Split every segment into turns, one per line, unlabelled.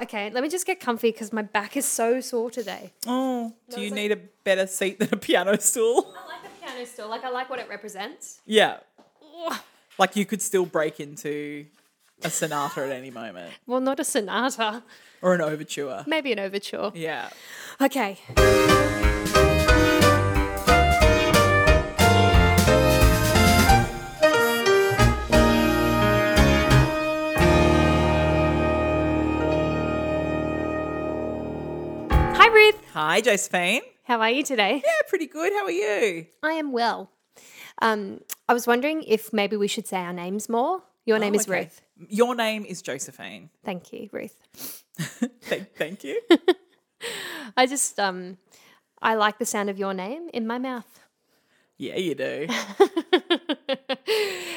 okay, let me just get comfy because my back is so sore today.
Oh, do
No,
you
it's
need a better seat than a piano stool?
I like the piano still. Like I like what it represents.
Yeah. Like you could still break into a sonata at any moment
Well, not a sonata,
or an overture.
maybe an overture.
Yeah.
Okay. Hi, Ruth.
Hi, Josephine.
How are you today?
Yeah, pretty good. How are you?
I am well. Um, I was wondering if maybe we should say our names more. Your name
Oh,
is
okay.
Ruth.
Your name is Josephine.
Thank you, Ruth.
Thank, thank you.
I just um, I like the sound of your name in my mouth.
yeah, you do.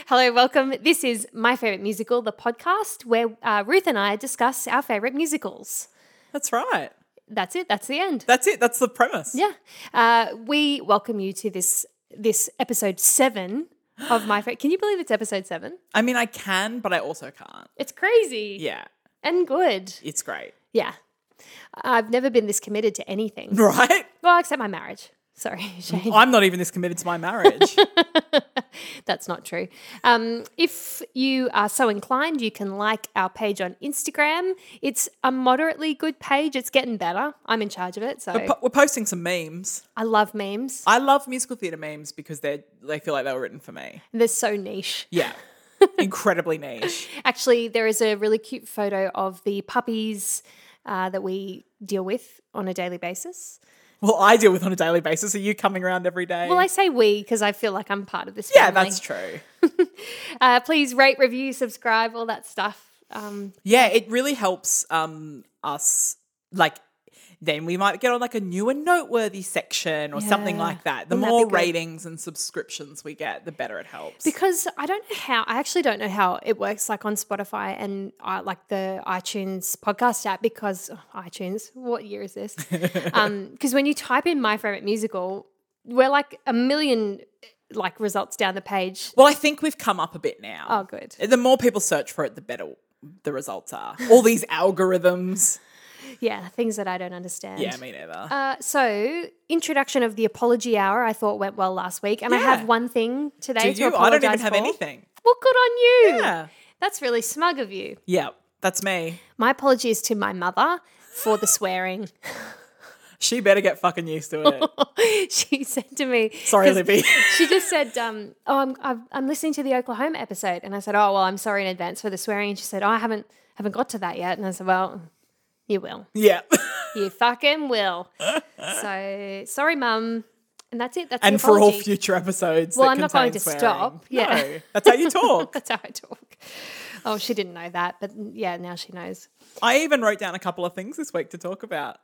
Hello, welcome. This is My Favorite Musical, the podcast where uh, Ruth and I discuss our favorite musicals.
That's right.
That's it. That's the end.
That's it. That's the premise.
Yeah. Uh, we welcome you to this this episode seven of My Favorite. Can you believe it's episode seven?
I mean, I can, but I also can't.
It's crazy
Yeah,
and good.
it's great.
Yeah. I've never been this committed to anything.
Right?
Well, except my marriage. Sorry, Shane.
I'm not even this committed to my marriage.
That's not true. Um, if you are so inclined, you can like our page on Instagram. It's a moderately good page. It's getting better. I'm in charge of it, so
Po- We're posting some memes.
I love memes.
I love musical theatre memes because they they feel like they were written for me.
They're so niche.
Yeah. Incredibly niche.
Actually, there is a really cute photo of the puppies uh, that we deal with on a daily basis.
Well, I deal with on a daily basis. Are you coming around every day?
Well, I say we because I feel like I'm part of this.
yeah,
family.
that's true.
Uh, please rate, review, subscribe, all that stuff. Um,
Yeah, it really helps um us like then we might get on like a new and noteworthy section or something
Yeah.
like that. The
Wouldn't that be
more
good?
ratings and subscriptions we get, the better it helps.
because I don't know how I actually don't know how it works like on Spotify and uh, like the iTunes podcast app because oh, iTunes what year is this um because when you type in my favorite musical we're like a million like results down the page
well, I think we've come up a bit now.
oh good
The more people search for it, the better the results are. All these algorithms.
yeah things that I don't understand
Yeah, me neither.
uh, so introduction of the apology hour I thought went well last week and I
Yeah.
have one thing today
Do
to
you? I don't even
apologise
have
for.
anything.
well good on you
Yeah.
that's really smug of you
Yeah, that's me.
My apologies to my mother for the swearing.
She better get fucking used to it.
she said to me,
Sorry,
'cause
Libby.
She just said, um, "Oh, I'm, I'm I'm listening to the Oklahoma episode," and I said, "Oh, well, I'm sorry in advance for the swearing." And she said, "Oh, I haven't haven't got to that yet," and I said, "Well, you will,
yeah.
you fucking will." so sorry, mum, and that's it. That's the
And for all
apology.
future episodes,
Well,
that
I'm not going
contain
to
swearing.
stop. Yeah.
No, that's how you talk.
That's how I talk. Oh, she didn't know that, but yeah, now she knows.
I even wrote down a couple of things this week to talk about.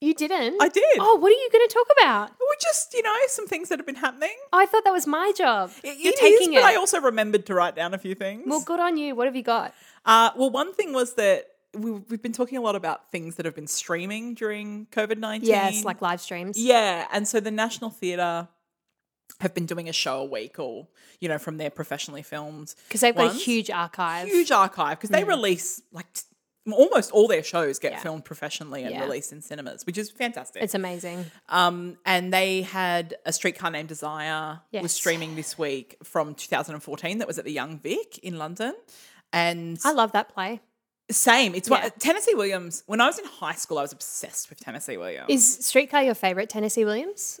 You didn't.
I did.
Oh, what are you going to talk about?
Well, just you know, some things that have been happening.
I thought that was my job. You're
It is,
taking
but
it.
I also remembered to write down a few things.
well, good on you. What have you got?
Uh, well, one thing was that we, we've been talking a lot about things that have been streaming during COVID nineteen.
Yes, like live streams.
yeah, and so the National Theatre have been doing a show a week, or you know, from their professionally filmed
Because they've got a
ones.
huge archive.
huge archive because they release like t- almost all their shows get
Mm. Yeah.
filmed professionally and
Yeah.
released in cinemas, which is fantastic.
It's amazing.
Um, and they had a streetcar named Desire was
Yes.
streaming this week from 2014. That was at the Young Vic in London. And
I love that play.
same, it's one
Yeah.
Tennessee Williams. When I was in high school, I was obsessed with Tennessee Williams.
Is Streetcar your favorite Tennessee Williams?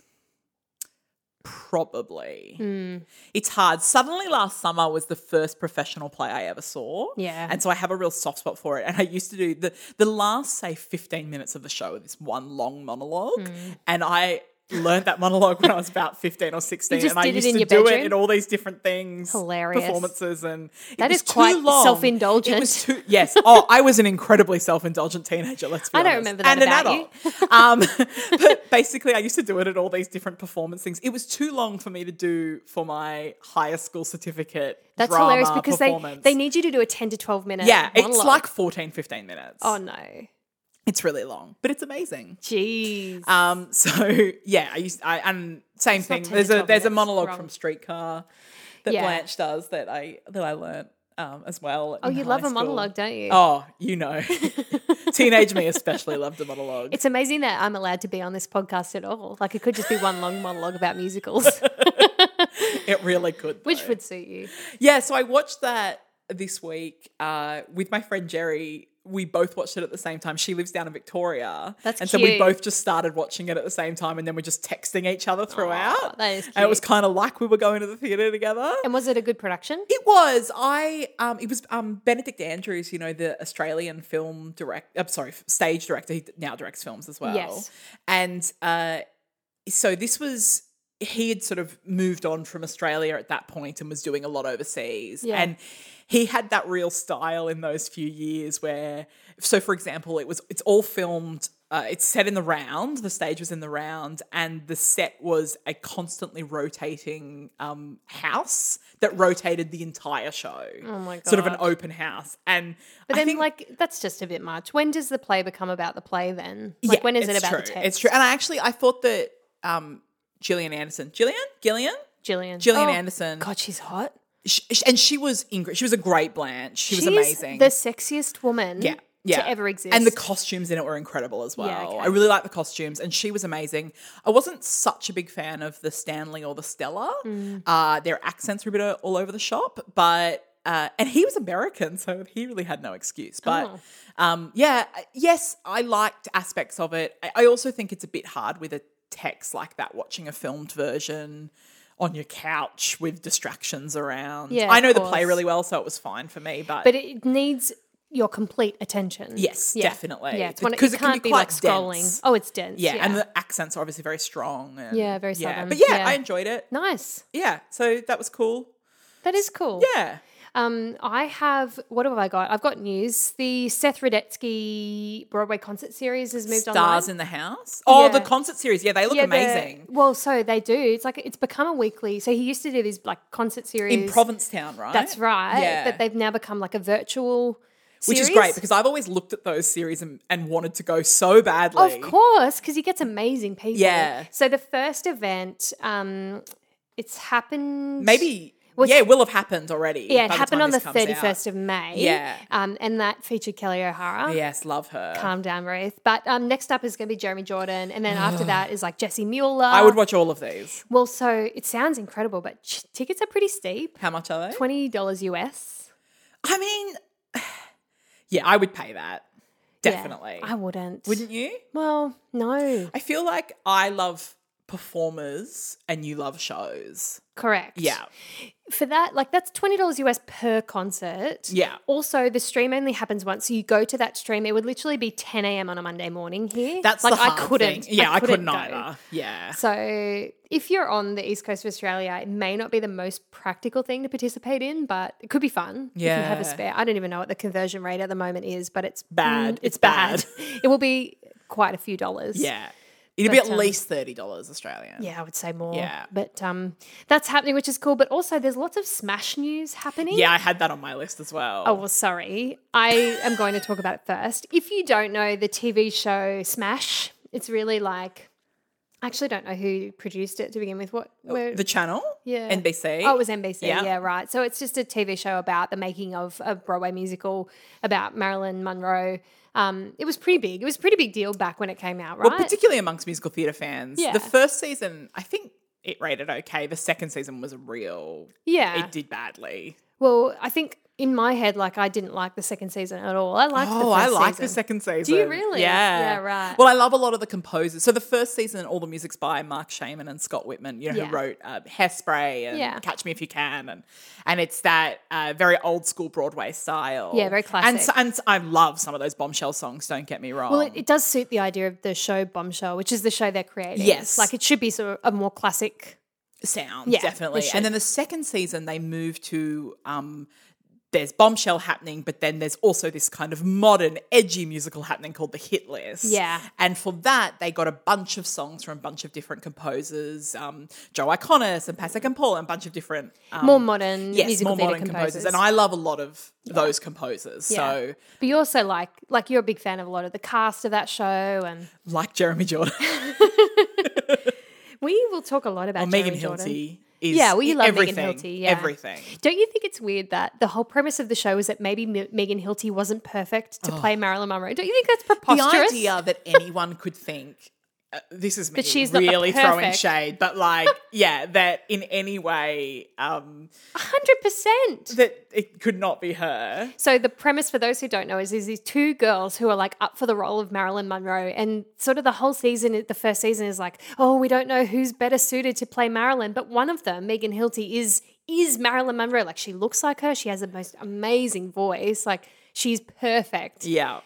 probably
Hmm.
it's hard. Suddenly, last summer was the first professional play I ever saw.
Yeah.
and so I have a real soft spot for it. And I used to do the the last say 15 minutes of the show with this one long monologue,
Hmm.
and I. Learned that monologue when I was about fifteen or sixteen,
just
and I
did it
used
in
to
your
do it
bedroom?
in all these different things,
Hilarious.
performances, and it
That is
was
quite
too long.
self-indulgent.
It was too yes. Oh, I was an incredibly self-indulgent teenager. Let's be
I don't
honest.
remember that
and an
about
adult
you.
um, but basically, I used to do it at all these different performance things. It was too long for me to do for my higher school certificate.
That's
drama
hilarious because they,
performance.
they need you to do a 10 to 12 minute.
yeah, it's
monologue.
like 14, 15 minutes.
Oh, no.
It's really long, but it's amazing.
Jeez.
Um, so yeah, I used I and same
not 10
thing.
to
There's a
12
there's a
minutes,
monologue
wrong.
from Streetcar that
Yeah.
Blanche does that I that I learnt um, as well.
Oh,
in
you
high
love a
school.
monologue, don't you?
Oh, you know, teenage me especially loved a monologue.
It's amazing that I'm allowed to be on this podcast at all. Like it could just be one long monologue about musicals,
it really could.
which
though.
would suit you.
Yeah, so I watched that this week uh, with my friend Jerry. We both watched it at the same time. She lives down in Victoria.
That's
and so we
cute.
both just started watching it at the same time and then we're just texting each other throughout.
Aw, that is
And it was
cute.
kind of like we were going to the theater together.
And was it a good production?
It was. I um it was um Benedict Andrews, you know, the Australian film direct I'm sorry, stage director. He now directs films as well.
Yes.
And uh so this was he had sort of moved on from Australia at that point and was doing a lot overseas.
Yeah.
And he had that real style in those few years where so for example, it was it's all filmed uh, it's set in the round. The stage was in the round, and the set was a constantly rotating um, house that rotated the entire show.
Oh my
Sort of an
God.
open house, and
But
I
then,
think-
like, that's just a bit much. When does the play become about the play then? Like,
yeah,
when is it
it's
about the
true.
text?
It's true. And I actually I thought that um, Gillian Anderson, Gillian, Gillian,
Gillian.
Gillian
Oh,
Anderson,
God, she's hot.
sh- sh- and she was Ingr- she was a great Blanche. She
She's
was amazing.
the sexiest woman
yeah, yeah.
Mm-hmm. to ever exist.
And the costumes in it were incredible as well.
okay.
I really liked the costumes, and she was amazing. I wasn't such a big fan of the Stanley or the Stella.
Mm.
Uh, their accents were a bit o- all over the shop, but. Uh, and he was American, so he really had no excuse. But
Oh.
um, yeah, I- yes, I liked aspects of it. I, I also think it's a bit hard with a text like that, watching a filmed version on your couch with distractions around.
Yeah,
I
of
know the play
course.
really well, so it was fine for me.
but it needs your complete attention.
Yes, definitely.
Yeah, it's one because
Because it
it
can
can't
be
be,
quite
like scrolling.
dense.
Oh, it's dense.
yeah,
Yeah,
and the accents are obviously very strong. and-
Yeah, very southern,
But yeah,
yeah.
I enjoyed it.
nice.
Yeah, so that was cool.
That is cool.
Yeah.
Um, I have what have I got? I've got news. The Seth Rudetsky Broadway concert series has moved on.
Stars in the House. Oh, the
Yeah.
concert series. Yeah, they look amazing.
Well, so they do. It's like it's become a weekly. So he used to do these like concert series
In Provincetown, right?
That's right.
Yeah.
But they've now become like a virtual.
Which is
series.
great because I've always looked at those series and, and wanted to go so badly.
Of course, because he gets amazing people.
Yeah.
So the first event, um, it's happened.
Maybe.
Well,
yeah, it will have happened already.
Yeah, it
by
happened
time
on the
this comes out.
thirty first of May.
Yeah.
Um, and that featured Kelly O'Hara.
Yes, love her.
Calm down, Ruth. But um, next up is going to be Jeremy Jordan, and then after that is like Jesse Mueller.
I would watch all of these.
Well, so it sounds incredible, but ch- tickets are pretty steep.
How much are they?
Twenty dollars US.
I mean, yeah, I would pay that.
Yeah,
Definitely.
I wouldn't.
Wouldn't you?
Well, no.
I feel like I love performers and you love shows.
Correct.
Yeah.
for that, like that's twenty dollars US per concert.
Yeah.
Also, the stream only happens once. So you go to that stream. It would literally be ten a.m. on a Monday morning here.
That's
like
the hard
I couldn't.
Thing. Yeah, I couldn't,
go.
either. Yeah.
So if you're on the east coast of Australia, it may not be the most practical thing to participate in, but it could be fun if you have
Yeah.
a spare. I don't even know what the conversion rate at the moment is, but it's
Bad.
mm,
It's
it's
bad.
bad. it will be quite a few dollars.
Yeah. It'd be
But,
at
um,
least thirty dollars Australian.
Yeah, I would say more.
Yeah.
But um, that's happening, which is cool. But also, there's lots of smash news happening.
Yeah, I had that on my list as well.
Oh, well, sorry. I am going to talk about it first. If you don't know the TV show Smash, it's really like. I actually don't know who produced it to begin with. What? where-
the channel?
Yeah.
NBC.
oh, it was NBC.
Yeah.
Yeah. right. So it's just a TV show about the making of a Broadway musical about Marilyn Monroe. Um, it was pretty big. It was a pretty big deal back when it came out, right?
Well, particularly amongst musical theatre fans.
Yeah.
The first season, I think it rated okay. The second season was a real
yeah.
it did badly.
well, I think in my head, like I didn't like the second season at all. I liked the first
Oh, I like
season.
the second season.
really?
Yeah.
Yeah, right.
Well, I love a lot of the composers. So the first season, all the music's by Mark Shaman and Scott Whitman, you know,
Yeah.
who wrote uh, Hairspray and
Yeah.
Catch Me If You Can. And and it's that uh, very old school Broadway style.
Yeah, very
And, s-
classic.
and s- I love some of those bombshell songs, don't get me wrong.
Well, it, it does suit the idea of the show Bombshell, which is the show they're creating.
Yes.
Like it should be sort of a more classic.
sound
Yeah, it
definitely
should.
and then the second season they move to um there's bombshell happening but then there's also this kind of modern edgy musical happening called the hit list
Yeah.
and for that they got a bunch of songs from a bunch of different composers um joe iconis and pasek and paul and a bunch of different um,
More modern
yes
musical
more
theatre
modern
composers.
composers. and i love a lot of those composers
Yeah.
so
But you also like like you're a big fan of a lot of the cast of that show and
like jeremy jordan
we will talk a lot about
megan
Jeremy Jordan.
hilty is
Yeah, well, you love Megan
everything,
Hilty, yeah.
everything.
Don't you think it's weird that the whole premise of the show is that maybe M- Megan Hilty wasn't perfect to play Marilyn Monroe? Don't you think that's preposterous?
Oh. The idea that anyone could think uh, this is me
That she's not the
really throwing
perfect.
shade, but like, yeah, that in any way um,
hundred percent.
that it could not be her.
So the premise for those who don't know is, is these two girls who are like up for the role of Marilyn Monroe, and sort of the whole season, the first season is like, oh, we don't know who's better suited to play Marilyn, but one of them, Megan Hilty, is is Marilyn Monroe. Like she looks like her, she has the most amazing voice, like she's perfect.
Yeah,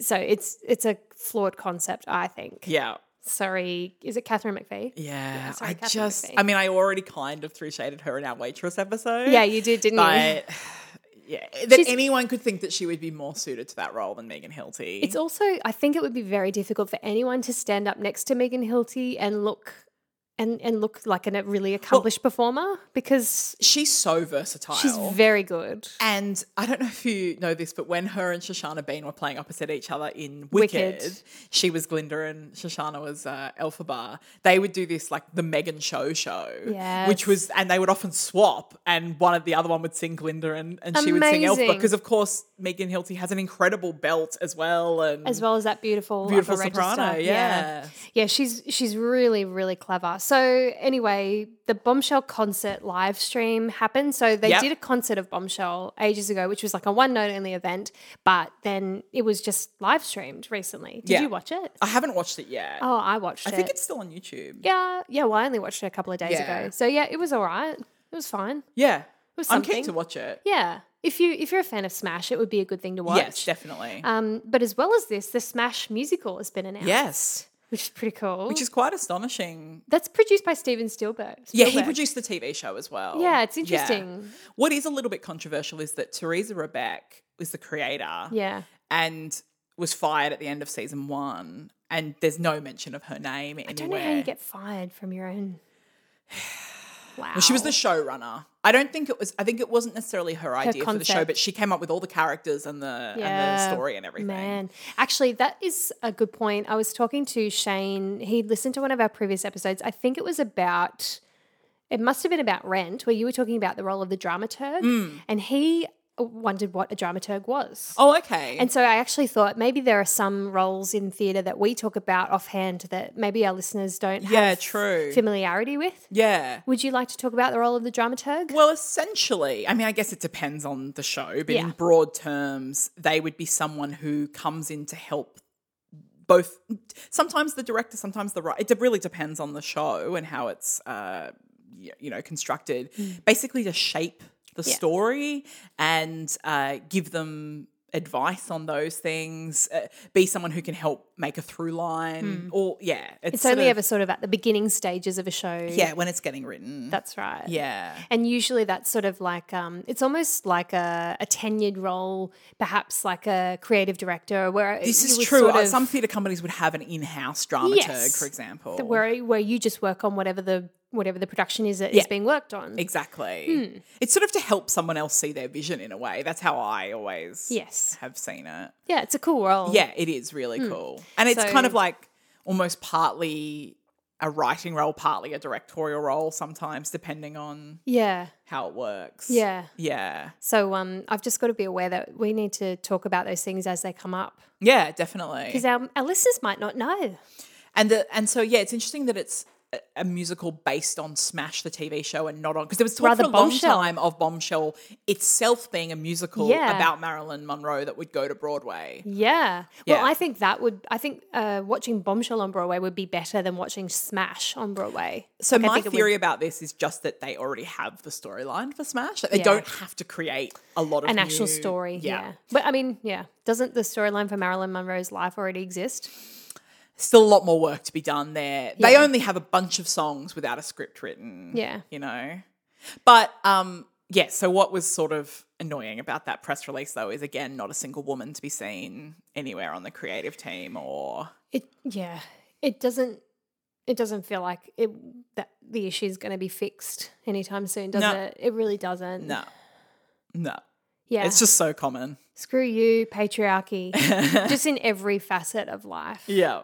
So it's it's a flawed concept, I think.
yeah.
Sorry, is it Catherine McVie?
Yeah,
sorry,
I
Catherine
just,
McPhee.
I mean, I already kind of threw shade at her in our waitress episode.
Yeah, you did, didn't you?
but yeah, that
She's-
anyone could think that she would be more suited to that role than Megan Hilty.
It's also, I think it would be very difficult for anyone to stand up next to Megan Hilty and look and and look like an, a really accomplished performer because
she's so versatile.
she's very good.
and I don't know if you know this, but when her and Shoshana Bean were playing opposite each other in Wicked,
Wicked.
she was Glinda and Shoshana was uh, Elphaba. They would do this like the Megan Show show, which
Yes.
was, and they would often swap, and one of the other one would sing Glinda and, and she would sing Elphaba
Amazing.
because, of course, Megan Hilty has an incredible belt as well, and
As well as that beautiful,
Mm. beautiful
upper register.
soprano, yeah.
yeah, Yeah, She's she's really really clever. So anyway, the Bombshell concert live stream happened. So they
Yep.
did a concert of Bombshell ages ago, which was like a one night only event, but then it was just live streamed recently. Did
Yeah.
you watch it?
I haven't watched it yet.
Oh, I watched
I
it.
think it's still on YouTube.
Yeah, yeah. Well, I only watched it a couple of days
Yeah.
ago, so yeah, it was all right. It was fine.
Yeah,
was
I'm keen
something.
to watch it.
Yeah, if you if you're a fan of Smash, it would be a good thing to watch.
Yes, definitely.
Um, but as well as this, the Smash musical has been announced.
yes,
which is pretty cool.
which is quite astonishing.
that's produced by Steven Spielberg.
Yeah, he
Spielberg.
produced the TV show as well.
Yeah, it's interesting.
What is a little bit controversial is that Teresa Rebeck was the creator
Yeah,
and was fired at the end of season one, and there's no mention of her name anywhere.
I don't know how you get fired from your own. Wow.
Well, she was the showrunner. I don't think it was. I think it wasn't necessarily her idea for the show,
concept.
but she came up with all the characters and the and the
Yeah.
story and everything.
Man, actually, that is a good point. I was talking to Shane. He listened to one of our previous episodes. I think it was about. It must have been about Rent, where you were talking about the role of the dramaturg,
Mm.
and he wondered what a dramaturg was.
Oh, okay.
And so I actually thought maybe there are some roles in theatre that we talk about offhand that maybe our listeners don't
yeah,
have
true.
familiarity with.
yeah.
Would you like to talk about the role of the dramaturg?
Well, essentially, I mean, I guess it depends on the show, but in
Yeah.
broad terms, they would be someone who comes in to help both. Sometimes the director, sometimes the writer. It de- really depends on the show and how it's, uh, y- you know, constructed. Basically, to shape the
Hmm. Yeah.
story and uh, give them advice on those things. Uh, be someone who can help make a through line, or yeah,
Hmm. it's
sort
only
of-
ever sort of at the beginning stages of a show.
yeah when it's getting written.
That's right.
yeah.
And usually that's sort of like um, it's almost like a, a tenured role, perhaps like a creative director, where
This
you
is
were
true.
sort
Uh,
of-
Some theatre companies would have an in-house dramaturg,
Yes.
for example.
where where you just work on whatever the whatever the production is that is
Yeah.
being worked on.
exactly.
Hmm.
It's sort of to help someone else see their vision in a way. That's how I always
Yes.
have seen it.
Yeah, it's a cool role.
Yeah, it is really cool. And it's
Hmm. So-
kind of like almost partly a writing role, partly a directorial role sometimes, depending on
Yeah.
how it works.
Yeah.
Yeah.
So um, I've just got to be aware that we need to talk about those things as they come up
Yeah, definitely.
because our, our listeners might not know.
And the and so yeah, it's interesting that it's a- a musical based on Smash the TV show and not on because there was talk
Rather
for a long
Bombshell.
time of Bombshell itself being a musical
Yeah.
about Marilyn Monroe that would go to Broadway.
Yeah.
Yeah.
Well, I think that would, I think uh, watching Bombshell on Broadway would be better than watching Smash on Broadway.
So
Like, I
my
think it would-
theory about this is just that they already have the storyline for Smash. That they
Yeah.
don't have to create a lot of
an actual
new-
story. Yeah. But I mean, yeah. Doesn't the storyline for Marilyn Monroe's life already exist?
Still a lot more work to be done there. They
Yeah.
only have a bunch of songs without a script written.
Yeah.
you know. But um yeah, so what was sort of annoying about that press release though is again not a single woman to be seen anywhere on the creative team or
It, yeah. It doesn't, it doesn't feel like it, that the issue is going to be fixed anytime soon, does
No.
it? It really doesn't.
no. No.
Yeah.
It's just so common.
Screw you, patriarchy. Just in every facet of life.
Yeah.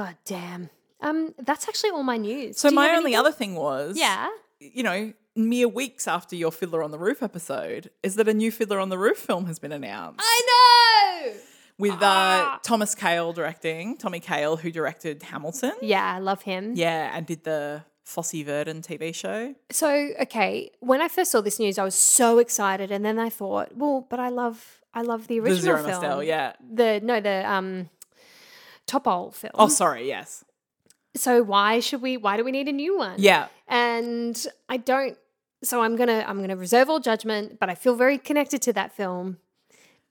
God damn. Um, that's actually all my news.
So
Do you
my
have
only
anything?
other thing was
Yeah.
you know, mere weeks after your Fiddler on the Roof episode, is that a new Fiddler on the Roof film has been announced
I know.
with uh,
Uh, Ah.
Thomas Kail directing, Tommy Kail, who directed Hamilton.
Yeah, I love him.
Yeah, and did the Fosse Verdon TV show.
So, okay, when I first saw this news, I was so excited, and then I thought, well, but I love, I love the
The
original
Zero
film.
Mostel, yeah.
The no, the um, Topol film.
Oh, sorry, yes.
So why should we? Why do we need a new one?
Yeah.
and I don't. So I'm gonna, I'm gonna reserve all judgment, but I feel very connected to that film.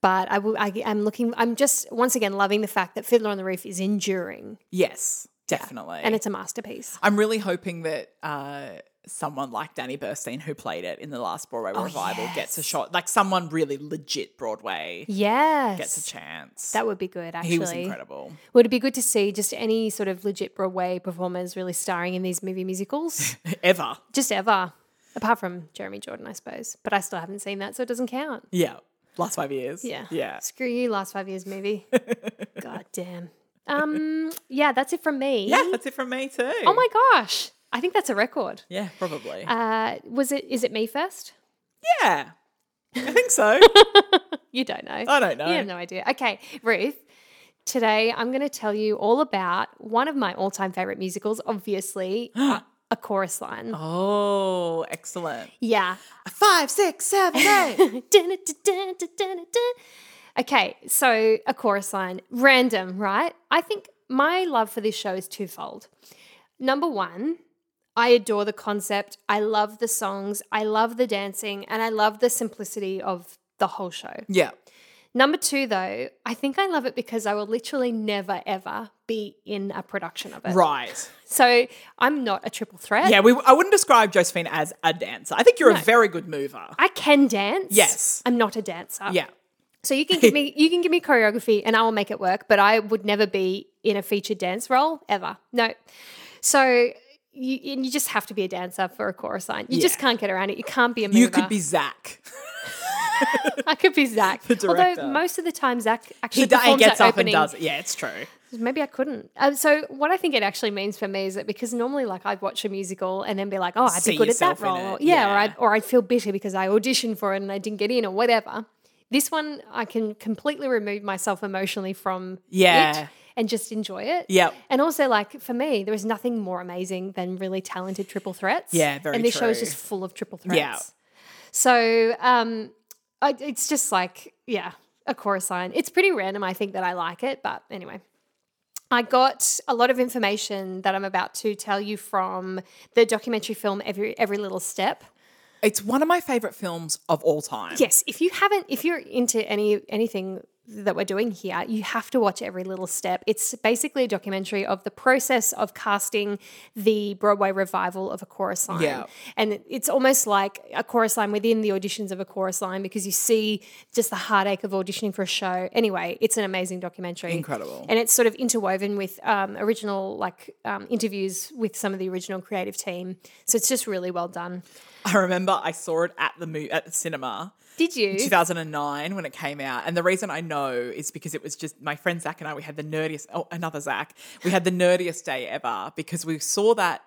But I will, I, am looking, I'm just once again loving the fact that Fiddler on the Roof is enduring,
Yes, definitely.
and it's a masterpiece.
I'm really hoping that uh, someone like Danny Burstein, who played it in the last Broadway
Oh,
revival, gets a shot. Like someone really legit Broadway
Yes,
gets a chance.
that would be good. Actually,
he was incredible.
Would it be good to see just any sort of legit Broadway performers really starring in these movie musicals?
Ever.
just ever. Apart from Jeremy Jordan, I suppose. But I still haven't seen that, so it doesn't count.
Yeah. Last five years.
Yeah.
Yeah.
Screw you, last five years movie. God damn. Um, yeah, that's it from me.
Yeah, that's it from me too.
Oh my gosh. I think that's a record.
Yeah, probably.
Uh, was it is it me first?
yeah. I think so.
You don't know.
I don't know.
You have no idea. Okay, Ruth. Today I'm going to tell you all about one of my all-time favorite musicals, obviously, uh, A Chorus Line.
Oh, excellent.
Yeah.
Five, six, seven, eight.
okay, so a chorus line, random, right? I think my love for this show is twofold. Number one, I adore the concept. I love the songs. I love the dancing, and I love the simplicity of the whole show.
yeah.
Number two, though, I think I love it because I will literally never ever be in a production of it.
Right.
So I'm not a triple threat.
Yeah, we, I wouldn't describe Josephine as a dancer. I think you're a very good mover.
I can dance.
Yes.
I'm not a dancer.
yeah.
So you can give me you can give me choreography and I will make it work, but I would never be in a featured dance role ever. No. So you and you just have to be a dancer for a chorus line. You just
Yeah.
can't get around it. You can't be a mover.
You could be Zach.
I could be Zach.
director.
Although most of the time Zach actually
He da- he
performs
gets
that
up
opening.
and does it. Yeah, it's true.
Maybe I couldn't. Um, so what I think it actually means for me is that because normally like I'd watch a musical and then be like, oh, I'd
See
be good at that
yourself in
role,
it.
yeah, or
Yeah.
I'd or I'd feel bitter because I auditioned for it and I didn't get in or whatever. This one I can completely remove myself emotionally from
Yeah.
it and just enjoy it.
Yep.
And also, like for me, there is nothing more amazing than really talented triple threats.
Yeah, very
And this show is
true.
just full of triple threats. So um, I, it's just like, yeah, a chorus line. It's pretty random. I think that I like it, but anyway. I got a lot of information that I'm about to tell you from the documentary film Every Every Little Step.
It's one of my favorite films of all time.
Yes, if you haven't, if you're into any anything that we're doing here, you have to watch every little step. It's basically a documentary of the process of casting the Broadway revival of a chorus line.
Yeah.
And it's almost like a chorus line within the auditions of a chorus line because you see just the heartache of auditioning for a show. Anyway, it's an amazing documentary.
Incredible.
And it's sort of interwoven with um, original like um, interviews with some of the original creative team. So it's just really well done.
I remember I saw it at the mo- at the cinema
Did you?
2009 when it came out. And the reason I know is because it was just my friend Zach and I, we had the nerdiest, oh, another Zach, we had the nerdiest day ever because we saw that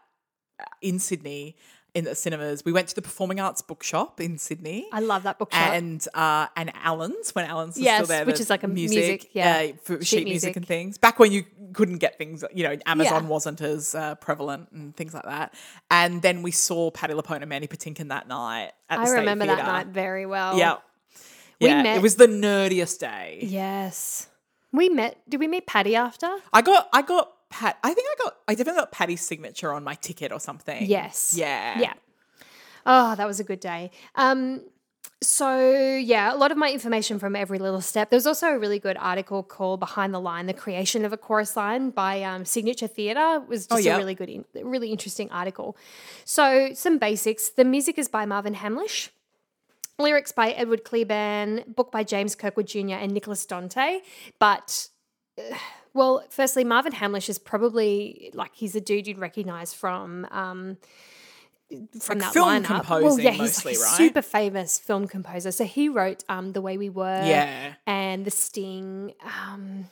uh, in Sydney in the cinemas. We went to the Performing Arts Bookshop in Sydney.
I love that bookshop.
and uh, and Allen's when Allen's was still
Yes,
there,
which
the
is like a music, yeah,
uh, for sheet,
sheet
music.
music.
and things. Back when you couldn't get things, you know, Amazon
Yeah.
wasn't as uh, prevalent and things like that. And then we saw Patty Lapone and Manny Patinkin that night. At the
I
State
remember that
Theatre.
night very well.
Yeah,
We
yeah, it
met-
was the nerdiest day.
Yes. We met. Did we meet Patty after?
I got, I got Pat. I think I got, I definitely got Patty's signature on my ticket or something.
Yes.
Yeah.
Yeah. Oh, that was a good day. Um, so yeah, a lot of my information from every little step. There was also a really good article called "Behind the Line: The Creation of a Chorus Line" by um, Signature Theatre. It Was just
Oh, yeah.
a really good, in- really interesting article. So some basics. The music is by Marvin Hamlish. Lyrics by Edward Cleban, book by James Kirkwood Jr. and Nicholas Dante. But, uh, well, firstly, Marvin Hamlish is probably like he's a dude you'd recognize from um, from
Like
that
film
lineup. well,
composing
yeah, he's
mostly,
like a
right?
super famous film composer. So he wrote um, "The Way We Were"
Yeah.
and "The Sting." Um,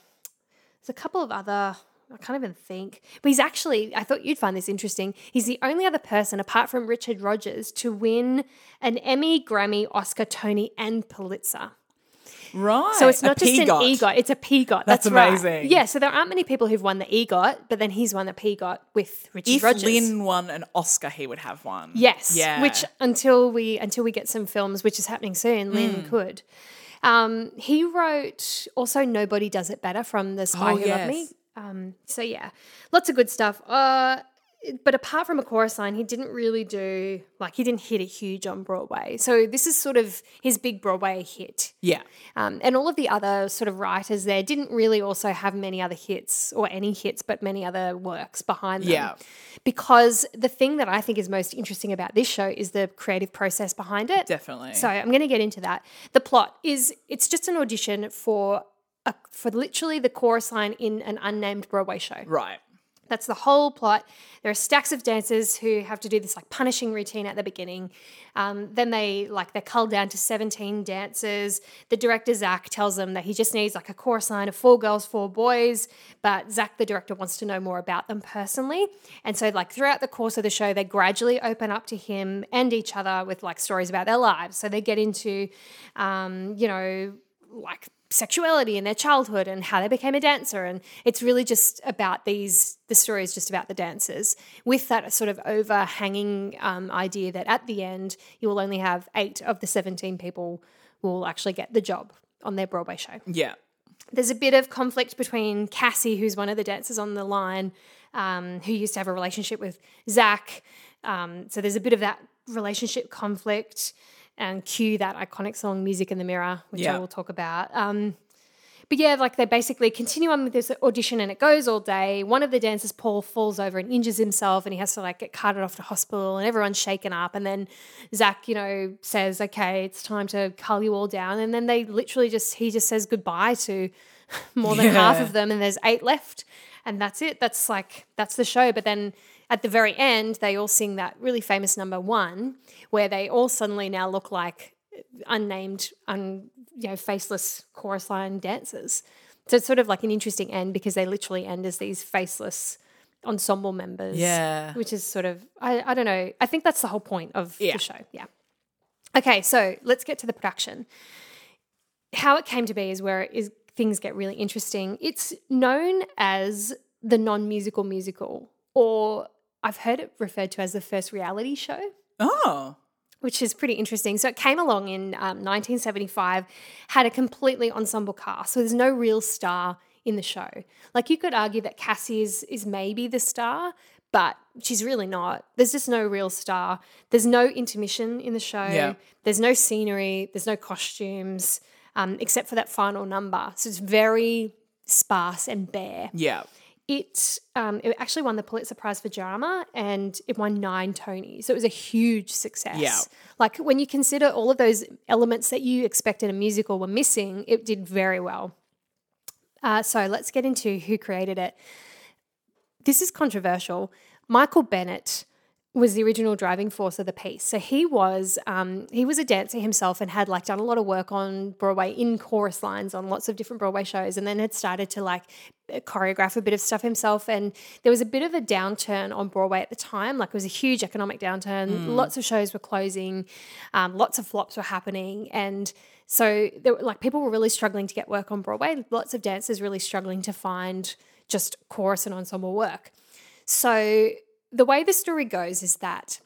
there's a couple of other I can't even think. But he's actually, I thought you'd find this interesting. He's the only other person, apart from Richard Rogers, to win an Emmy, Grammy, Oscar, Tony, and Pulitzer.
Right.
So it's
a
not just
PGOT.
an E EGOT, it's a PGOT.
That's
That's, right.
amazing.
Yeah, so there aren't many people who've won the E EGOT, but then he's won the PGOT with Richard
If
Rogers.
Lynn won an Oscar, he would have one.
Yes.
Yeah.
Which until we until we get some films, which is happening soon,
Mm.
Lynn could. Um, he wrote also "Nobody Does It Better" from the Spy
Oh,
Who Loved Me.
yes.
Um, so yeah, lots of good stuff. Uh, but apart from a chorus line, he didn't really do like he didn't hit it huge on Broadway. So this is sort of his big Broadway hit.
Yeah.
Um, and all of the other sort of writers there didn't really also have many other hits or any hits, but many other works behind them.
Yeah.
Because the thing that I think is most interesting about this show is the creative process behind it.
Definitely.
So I'm going to get into that. The plot is it's just an audition for a, for literally the chorus line in an unnamed Broadway show.
Right.
That's the whole plot. There are stacks of dancers who have to do this like punishing routine at the beginning. Um, then they like they're culled down to 17 dancers. The director Zach tells them that he just needs like a chorus line of four girls, four boys. But Zach, the director, wants to know more about them personally. And so like throughout the course of the show, they gradually open up to him and each other with like stories about their lives. So they get into, um, you know, like sexuality and their childhood and how they became a dancer and it's really just about these the story is just about the dancers with that sort of overhanging um, idea that at the end you will only have eight of the 17 people will actually get the job on their broadway show
Yeah.
there's a bit of conflict between Cassie, who's one of the dancers on the line, um, who used to have a relationship with Zach. Um, so there's a bit of that relationship conflict and cue that iconic song Music in the Mirror, which
Yeah.
I will talk about. Um, but yeah, like they basically continue on with this audition and it goes all day. One of the dancers, Paul, falls over and injures himself and he has to like get carted off to hospital and everyone's shaken up. And then Zach, you know, says, okay, it's time to cull you all down. And then they literally just, he just says goodbye to more than half
Yeah.
of them and there's eight left. And that's it. That's like, that's the show. But then at the very end, they all sing that really famous number one where they all suddenly now look like unnamed, un, you know, faceless chorus line dancers. So it's sort of like an interesting end because they literally end as these faceless ensemble members.
Yeah.
Which is sort of, I, I don't know. I think that's the whole point of
Yeah.
the show. Yeah. Okay, so let's get to the production. How it came to be is where it is, things get really interesting. It's known as the non musical musical, or I've heard it referred to as the first reality show
Oh.
which is pretty interesting. So it came along in um, 1975, had a completely ensemble cast. So there's no real star in the show. Like you could argue that Cassie is is maybe the star, but she's really not. There's just no real star. There's no intermission in the show.
Yeah.
There's no scenery. There's no costumes, um, except for that final number. So it's very sparse and bare.
Yeah.
It um, it actually won the Pulitzer Prize for drama and it won nine Tonys. So it was a huge success.
Yeah.
Like when you consider all of those elements that you expect in a musical were missing, it did very well. Uh, so let's get into who created it. This is controversial. Michael Bennett was the original driving force of the piece. So he was um, he was a dancer himself and had like done a lot of work on Broadway in chorus lines on lots of different Broadway shows, and then had started to like choreograph a bit of stuff himself. And there was a bit of a downturn on Broadway at the time. Like it was a huge economic downturn. Lots of shows were closing. Um, lots of flops were happening, and so there, were- like people were really struggling to get work on Broadway. Lots of dancers really struggling to find just chorus and ensemble work. So the way the story goes is that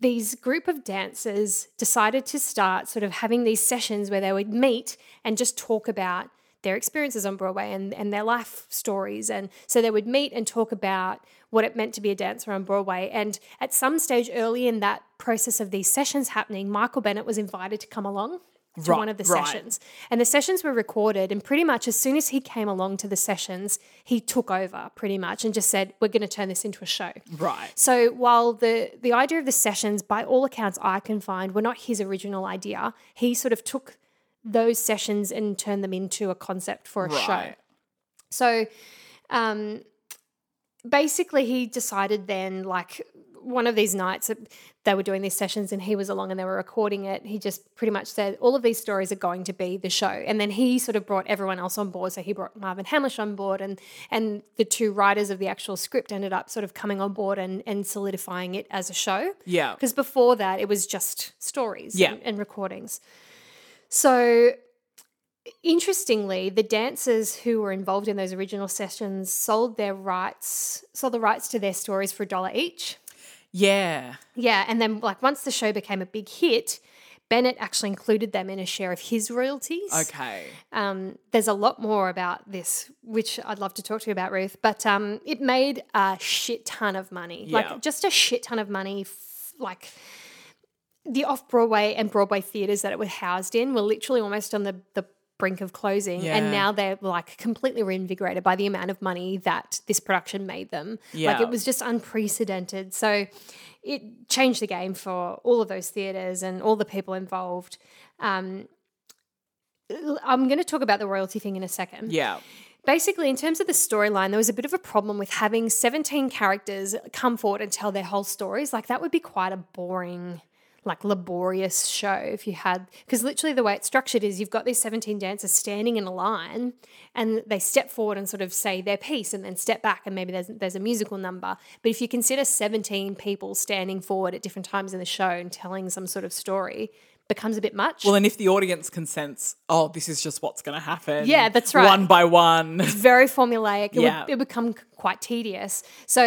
these group of dancers decided to start sort of having these sessions where they would meet and just talk about their experiences on Broadway and, and their life stories. And so they would meet and talk about what it meant to be a dancer on Broadway. And at some stage early in that process of these sessions happening, Michael Bennett was invited to come along to
Right,
one of the
right.
sessions. And the sessions were recorded. And pretty much as soon as he came along to the sessions, he took over pretty much and just said, We're going to turn this into a show.
Right.
So while the the idea of the sessions, by all accounts I can find, were not his original idea, he sort of took those sessions and turned them into a concept for a show.
Right.
So um, basically, he decided then, like, one of these nights that they were doing these sessions and he was along and they were recording it. He just pretty much said all of these stories are going to be the show, and then he sort of brought everyone else on board. So he brought Marvin Hamlish on board, and and the two writers of the actual script ended up sort of coming on board and and solidifying it as a show.
Yeah.
Because before that, it was just stories
Oh. Yeah.
and, and recordings. So, interestingly, the dancers who were involved in those original sessions sold their rights, sold the rights to their stories for a dollar each.
Yeah.
Yeah, and then like once the show became a big hit, Bennett actually included them in a share of his royalties.
Okay.
Um, there's a lot more about this, which I'd love to talk to you about, Ruth. But um, it made a shit ton of money,
Yeah.
like just a shit ton of money. F- like the off Broadway and Broadway theaters that it was housed in were literally almost on the the brink of closing,
Yeah.
and now they're like completely reinvigorated by the amount of money that this production made them. Like
Yeah.
it was just unprecedented. So it changed the game for all of those theaters and all the people involved. Um, I'm going to talk about the royalty thing in a second.
Yeah.
Basically, in terms of the storyline, there was a bit of a problem with having 17 characters come forward and tell their whole stories. Like, that would be quite a boring, like, laborious show if you had, because literally the way it's structured is you've got these 17 dancers standing in a line and they step forward and sort of say their piece and then step back and maybe there's, there's a musical number. But if you consider 17 people standing forward at different times in the show and telling some sort of story, becomes a bit much.
Well, and if the audience consents, oh, this is just what's going to happen.
Yeah, that's right.
One by one.
very formulaic. It,
Yeah.
would, it would become c- quite tedious. So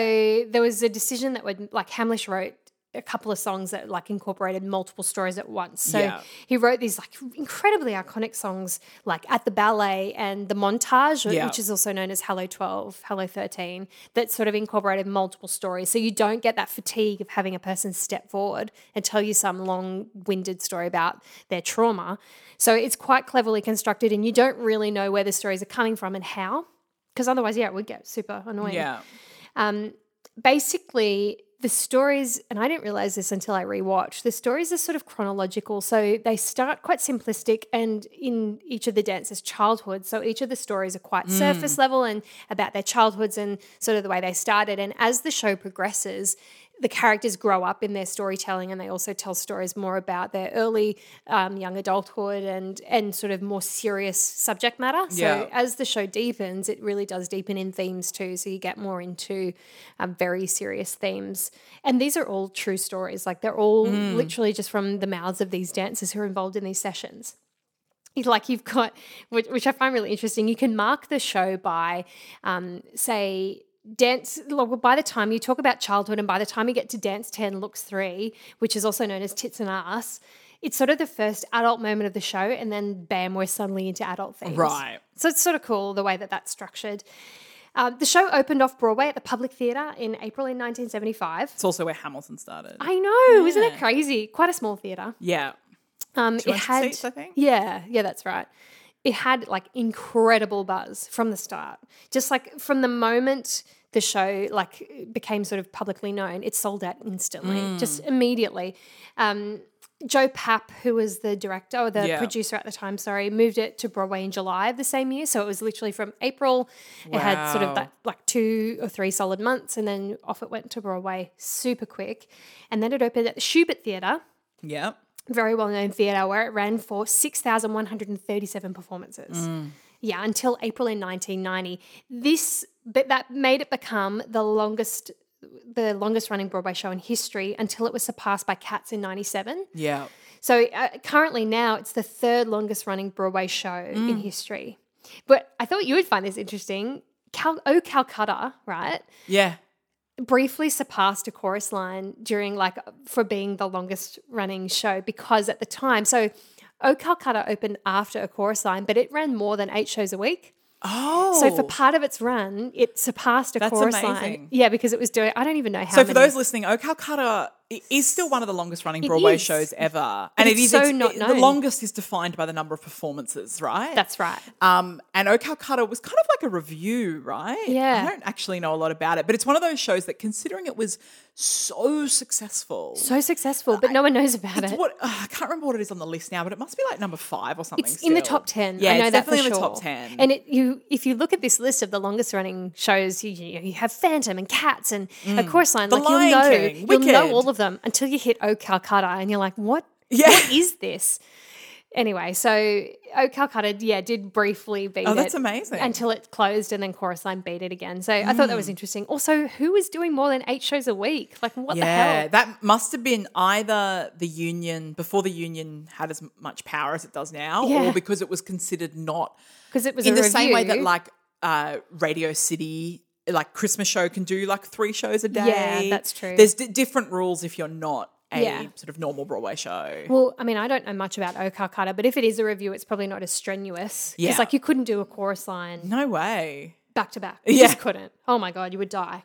there was a decision that would like Hamlish wrote a couple of songs that like incorporated multiple stories at once. So
Yeah.
he wrote these like incredibly iconic songs like At the Ballet and The Montage,
Yeah.
which is also known as Hello 12, Hello 13, that sort of incorporated multiple stories. So you don't get that fatigue of having a person step forward and tell you some long winded story about their trauma. So it's quite cleverly constructed and you don't really know where the stories are coming from and how. Because otherwise, yeah, it would get super annoying
Yeah.
basically the stories and i didn't realize this until i rewatched the stories are sort of chronological so they start quite simplistic and in each of the dancers childhood so each of the stories are quite surface level and about their childhoods and sort of the way they started and as the show progresses the characters grow up in their storytelling and they also tell stories more about their early um, young adulthood and and sort of more serious subject matter so
Yeah.
as the show deepens, it really does deepen in themes too. So you get more into um, very serious themes. And these are all true stories. Like they're all literally just from the mouths of these dancers who are involved in these sessions. It's Like you've got, which, which I find really interesting, you can mark the show by, um, say, dance. Like, by the time you talk about childhood and by the time you get to Dance 10, Looks 3, which is also known as Tits and Ass, it's sort of the first adult moment of the show. And then bam, we're suddenly into adult themes.
Right.
So it's sort of cool the way that that's structured. Um, the show opened off Broadway at the Public Theatre in April in 1975.
It's also where Hamilton started.
I know, isn't it crazy? Quite a small theatre.
yeah.
Um, it
200
had,
seats, I think?
yeah, yeah, that's right. It had like incredible buzz from the start. Just like from the moment the show like became sort of publicly known, it sold out instantly,
Mm.
just immediately. Um, Joe Papp, who was the director or the
Yeah.
producer at the time, sorry, moved it to Broadway in July of the same year. So it was literally from April. It had sort
Wow.
of that like two or three solid months, and then off it went to Broadway super quick. And then it opened at the Schubert Theatre
Yeah.
very well known theatre where it ran for 6,137 performances. Yeah, until April in 1990. This, but that made it become the longest. The longest running Broadway show in history until it was surpassed by Cats in 97.
Yeah.
So uh, currently now it's the third longest running Broadway show in history. But I thought you would find this interesting. Cal- oh, Calcutta, right?
Yeah.
briefly surpassed a chorus line during like for being the longest running show because at the time so O Calcutta opened after a chorus line, but it ran more than eight shows a week.
Oh.
So for part of its run, it surpassed a
That's
chorus
amazing.
line. Yeah, because it was doing I don't even know how
So
many.
for those listening, O Calcutta it is still one of the longest running Broadway
is.
shows ever,
But it's so not
the
known.
longest is defined by the number of performances, right?
That's right.
Um, and O Calcutta was kind of like a review, right?
Yeah.
I don't actually know a lot about it, but it's one of those shows that, considering it was so successful,
So successful, but no one knows about
it's
it.
what ugh, I can't remember what it is on the list now, but it must be like number five or something.
It's in the
still.
top ten.
Yeah,
I know
it's
that for
definitely in the
sure.
top ten.
And it, you, if you look at this list of the longest running shows, you you, know, you have Phantom and Cats and A Chorus Line.
Mm. The
like
Lion
you'll know,
King,
you'll know
Wicked.
all of them until you hit O Calcutta, and you're like, what?
Yeah.
what is this? Anyway, so O Calcutta, yeah, did briefly beat
Oh, that's
it
amazing. Mm.
until it closed, and then Chorus Line beat it again. So I thought that was interesting. Also, who was doing more than eight shows a week? Like, what the
yeah,
hell?
that must have been either the union before the union had as much power as it does now,
Yeah.
or because it was considered not
Because it was
in
a
the same way that
review.
like uh, Radio City, like Christmas show, can do like three shows a day.
Yeah, that's true.
There's d- different rules if you're not a
Yeah.
sort of normal Broadway show.
Well, I mean, I don't know much about O Calcutta, but if it is a review, it's probably not as strenuous. Because,
Yeah.
like, you couldn't do a chorus line
no way.
back to back. You
Yeah.
just couldn't. Oh my God, you would die.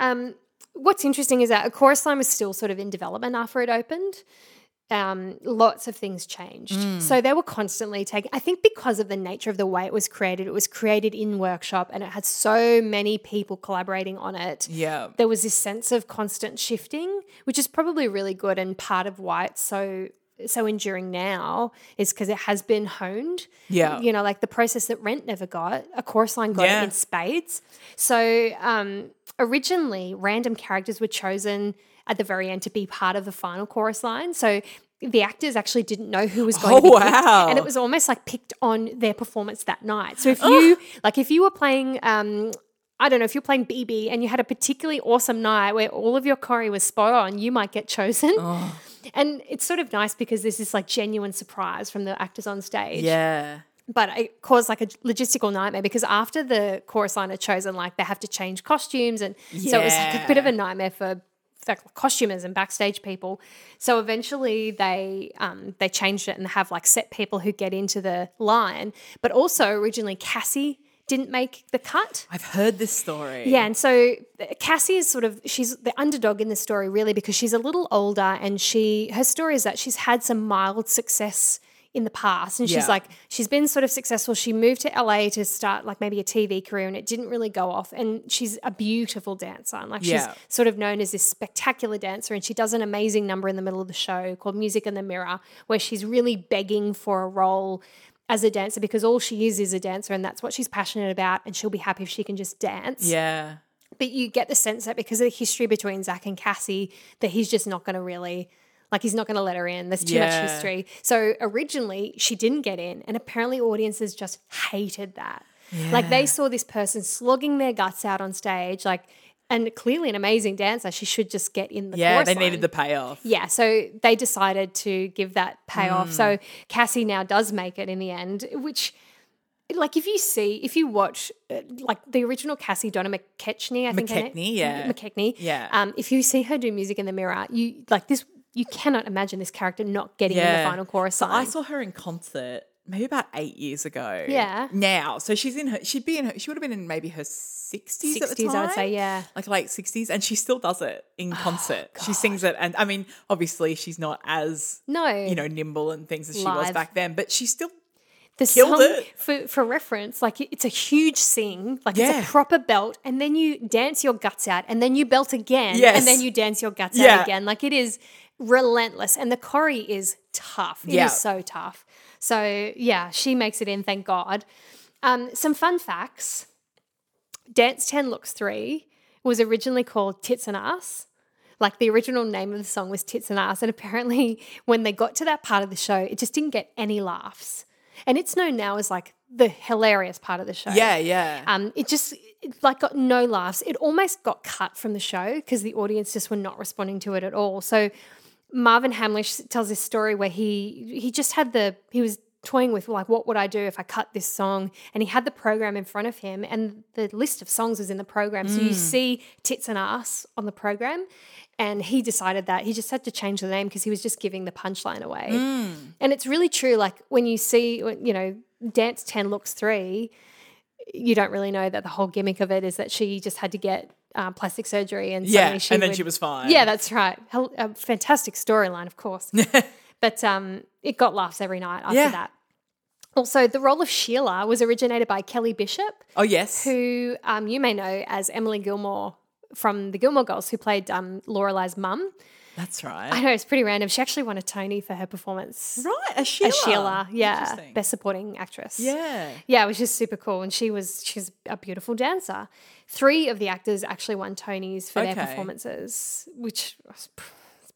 Um, what's interesting is that a chorus line was still sort of in development after it opened. Um, lots of things changed.
Hmm.
So they were constantly taking, I think because of the nature of the way it was created, it was created in workshop and it had so many people collaborating on it
Yeah.
there was this sense of constant shifting, which is probably really good and part of why it's so so enduring now is because it has been honed.
Yeah.
You know, like the process that Rent never got, a chorus line got
Yeah.
it in spades. So um originally random characters were chosen at the very end to be part of the final chorus line. So the actors actually didn't know who was going
Oh,
to be picked,
wow.
and it was almost like picked on their performance that night. So if you
Oh.
like, if you were playing, um, I don't know, if you're playing BB and you had a particularly awesome night where all of your choreo was spot on, you might get chosen. And it's sort of nice because there's this like genuine surprise from the actors on stage
Yeah.
but it caused like a logistical nightmare because after the chorus line are chosen, like they have to change costumes, and so it was like a bit of a nightmare for like costumers and backstage people. So eventually they um, they changed it and have like set people who get into the line, but also originally Cassie didn't make the cut.
I've heard this story.
Yeah, and so uh, Cassie is sort of she's the underdog in the story really because she's a little older and she her story is that she's had some mild success in the past and
Yeah.
she's like she's been sort of successful. She moved to LA to start like maybe a TV career and it didn't really go off and she's a beautiful dancer. And like
Yeah.
she's sort of known as this spectacular dancer and she does an amazing number in the middle of the show called Music in the Mirror where she's really begging for a role as a dancer because all she is is a dancer and that's what she's passionate about and she'll be happy if she can just dance
Yeah.
but you get the sense that because of the history between Zach and Cassie, that he's just not going to really, like, he's not going to let her in. There's too
Yeah.
much history. So originally, she didn't get in, and apparently, audiences just hated that. Like, they saw this person slogging their guts out on stage, like, and clearly an amazing dancer. She should just get in the
Yeah.
chorus
They
line.
needed the payoff.
Yeah, so they decided to give that payoff.
Mm.
So Cassie now does make it in the end, which, like, if you see, if you watch, uh, like, the original Cassie Donna McKechnie, I think. her name-
McKechnie, yeah.
McKechnie.
Yeah.
Um, if you see her do music in the mirror, you, like, this, you cannot imagine this character not getting in the final chorus.
So I
line.
saw her in concert maybe about eight years ago.
Yeah.
Now, so she's in her. She'd be in. Her, she would have been in maybe her sixties at the
60s,
time.
I would say, yeah. Oh,
like late sixties, and she still does it in concert. she sings it, and I mean, obviously, she's not as
No.
you know nimble and things as she was
Live.
back then, but she still.
the
Killed
song
it.
for for reference like it's a huge sing like
Yeah.
it's a proper belt and then you dance your guts out and then you belt again
Yes.
and then you dance your guts
Yeah.
out again like it is relentless and the Corey is tough It is
Yeah.
so tough so yeah she makes it in thank god um, some fun facts dance 10 looks 3 was originally called tits and ass like the original name of the song was Tits and Ass. And apparently, when they got to that part of the show, it just didn't get any laughs. And it's known now as like the hilarious part of the show.
Yeah, yeah.
Um, it just it, like got no laughs. It almost got cut from the show because the audience just were not responding to it at all. So Marvin Hamlish tells this story where he he just had the he was toying with like what would I do if I cut this song and he had the program in front of him and the list of songs was in the program so you see tits and ass on the program and he decided that he just had to change the name because he was just giving the punchline away and it's really true like when you see when, you know dance 10 looks 3 you don't really know that the whole gimmick of it is that she just had to get uh, plastic surgery, and
Yeah,
suddenly she
and then
would-
she was fine.
Yeah, that's right. Hel- A fantastic storyline, of course. but um, it got laughs every night after
Yeah.
that. Also, the role of Sheila was originated by Kelly Bishop,
Oh yes.
who um, you may know as Emily Gilmore from the Gilmore Girls, who played um, Lorelai's mum.
That's
I
right.
know it's pretty random. She actually won a Tony for her performance
Right, a Sheila.
as Sheila. Yeah,
Interesting.
best supporting actress.
Yeah.
Yeah, it was just super cool. And she was she's a beautiful dancer. Three of the actors actually won Tonys for
Okay.
their performances, which was pr-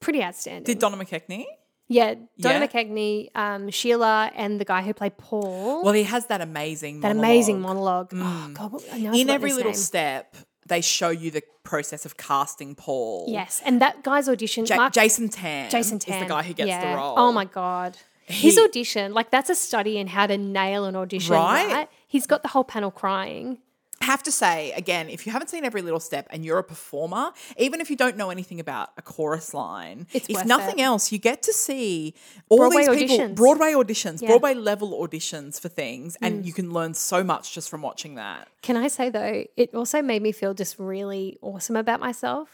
pretty outstanding.
Did Donna McKechnie?
yeah, Donna
Yeah.
McKechnie, um, Sheila, and the guy who played Paul.
Well, he has that amazing
that amazing monologue. Oh god, what, I know I've
Mm. In
forgotten
every
his
little
name.
step, they show you the process of casting Paul.
yes, and that guy's audition.
Ja-
Mark,
Jason Tan.
Jason Tan,
is the guy who gets
yeah.
the role.
Oh my god. His
He-
audition, like that's a study in how to nail an audition,
Right?
right? He's got the whole panel crying.
I have to say again, if you haven't seen every little step and you're a performer, even if you don't know anything about a chorus line,
It's
if
worth
nothing
it.
else, you get to see all
Broadway
these people
auditions.
Broadway auditions,
Yeah. Mm.
Broadway level auditions for things, and you can learn so much just from watching that.
Can I say though, it also made me feel just really awesome about myself.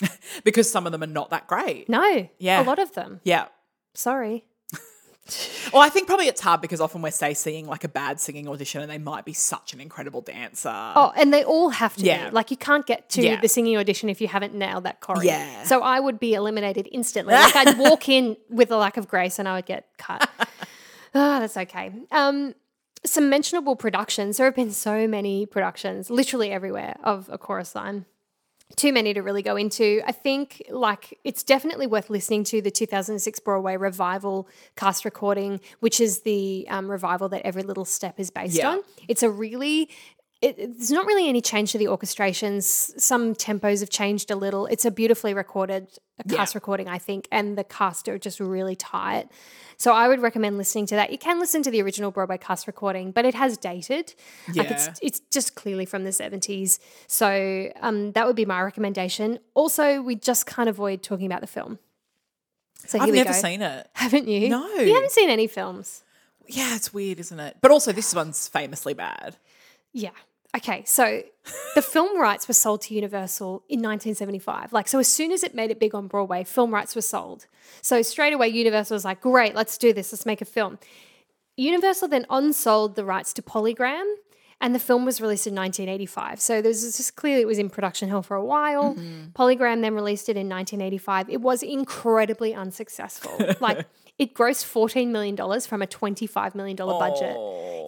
Because some of them are not that great.
No,
Yeah.
a lot of them.
Yeah.
Sorry,
Well, I think probably it's hard because often we're say seeing like a bad singing audition and they might be such an incredible dancer.
Oh, and they all have to
Yeah.
be. Like you can't get to
Yeah.
the singing audition if you haven't nailed that choreo.
Yeah.
So I would be eliminated instantly. Like I'd walk in with a lack of grace and I would get cut. Ah, that's okay. Um, some mentionable productions. There have been so many productions, literally everywhere, of a chorus line. Too many to really go into. I think like it's definitely worth listening to the 2006 Broadway revival cast recording, which is the um, revival that Every Little Step is based
Yeah.
on. It's a really it, it- there's not really any change to the orchestrations. Some tempos have changed a little. It's a beautifully recorded cast recording, I think, and the cast are just really tight. So I would recommend listening to that. You can listen to the original Broadway cast recording, but it has dated. Like it's
Yeah.
it's just clearly from the 70s. So um, that would be my recommendation. Also, we just can't avoid talking about the film. So here
I've
we
never
go.
seen it.
Haven't you?
No.
You haven't seen any films.
Yeah, it's weird, isn't it? But also, this one's famously bad.
Yeah. Okay. So the film rights were sold to Universal in 1975. Like, so as soon as it made it big on Broadway, film rights were sold. So straight away, Universal was like, great, let's do this. Let's make a film. Universal then unsold the rights to Polygram. And the film was released in 1985. So there was just clearly it was in production hell for a while. Polygram then released it in 1985. It was incredibly unsuccessful. like it grossed $14 million from a $25 million budget.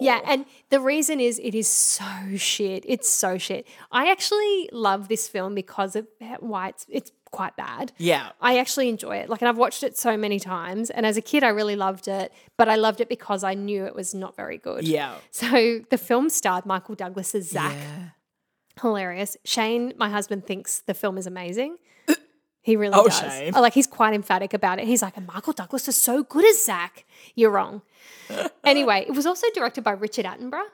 Yeah, and the reason is it is so shit. It's so shit. I actually love this film because of h- why it's it's quite bad.
Yeah.
I actually enjoy it. Like, and I've watched it so many times. And as a kid, I really loved it, but I loved it because I knew it was not very good.
Yeah.
So the film starred Michael Douglas as Zach.
Yeah.
Hilarious. Shane, my husband, thinks the film is amazing. He really
Oh,
does.
Shane.
Oh, Like he's quite emphatic about it. He's like, "And Michael Douglas is so good as Zach. You're wrong. anyway, it was also directed by Richard Attenborough.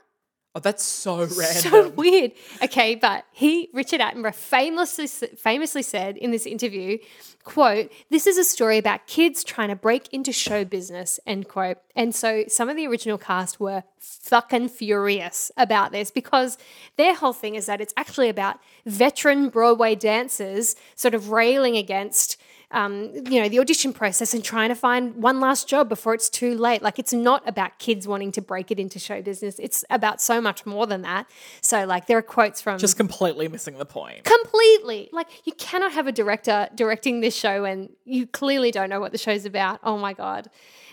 Oh, that's so random.
So weird. Okay, but he, Richard Attenborough, famously famously said in this interview, "quote This is a story about kids trying to break into show business." End quote. And so some of the original cast were fucking furious about this because their whole thing is that it's actually about veteran Broadway dancers sort of railing against. Um, you know the audition process and trying to find one last job before it's too late like it's not about kids wanting to break it into show business it's about so much more than that so like there are quotes from
Just completely missing the point.
completely like you cannot have a director directing this show and you clearly don't know what the show's about oh my god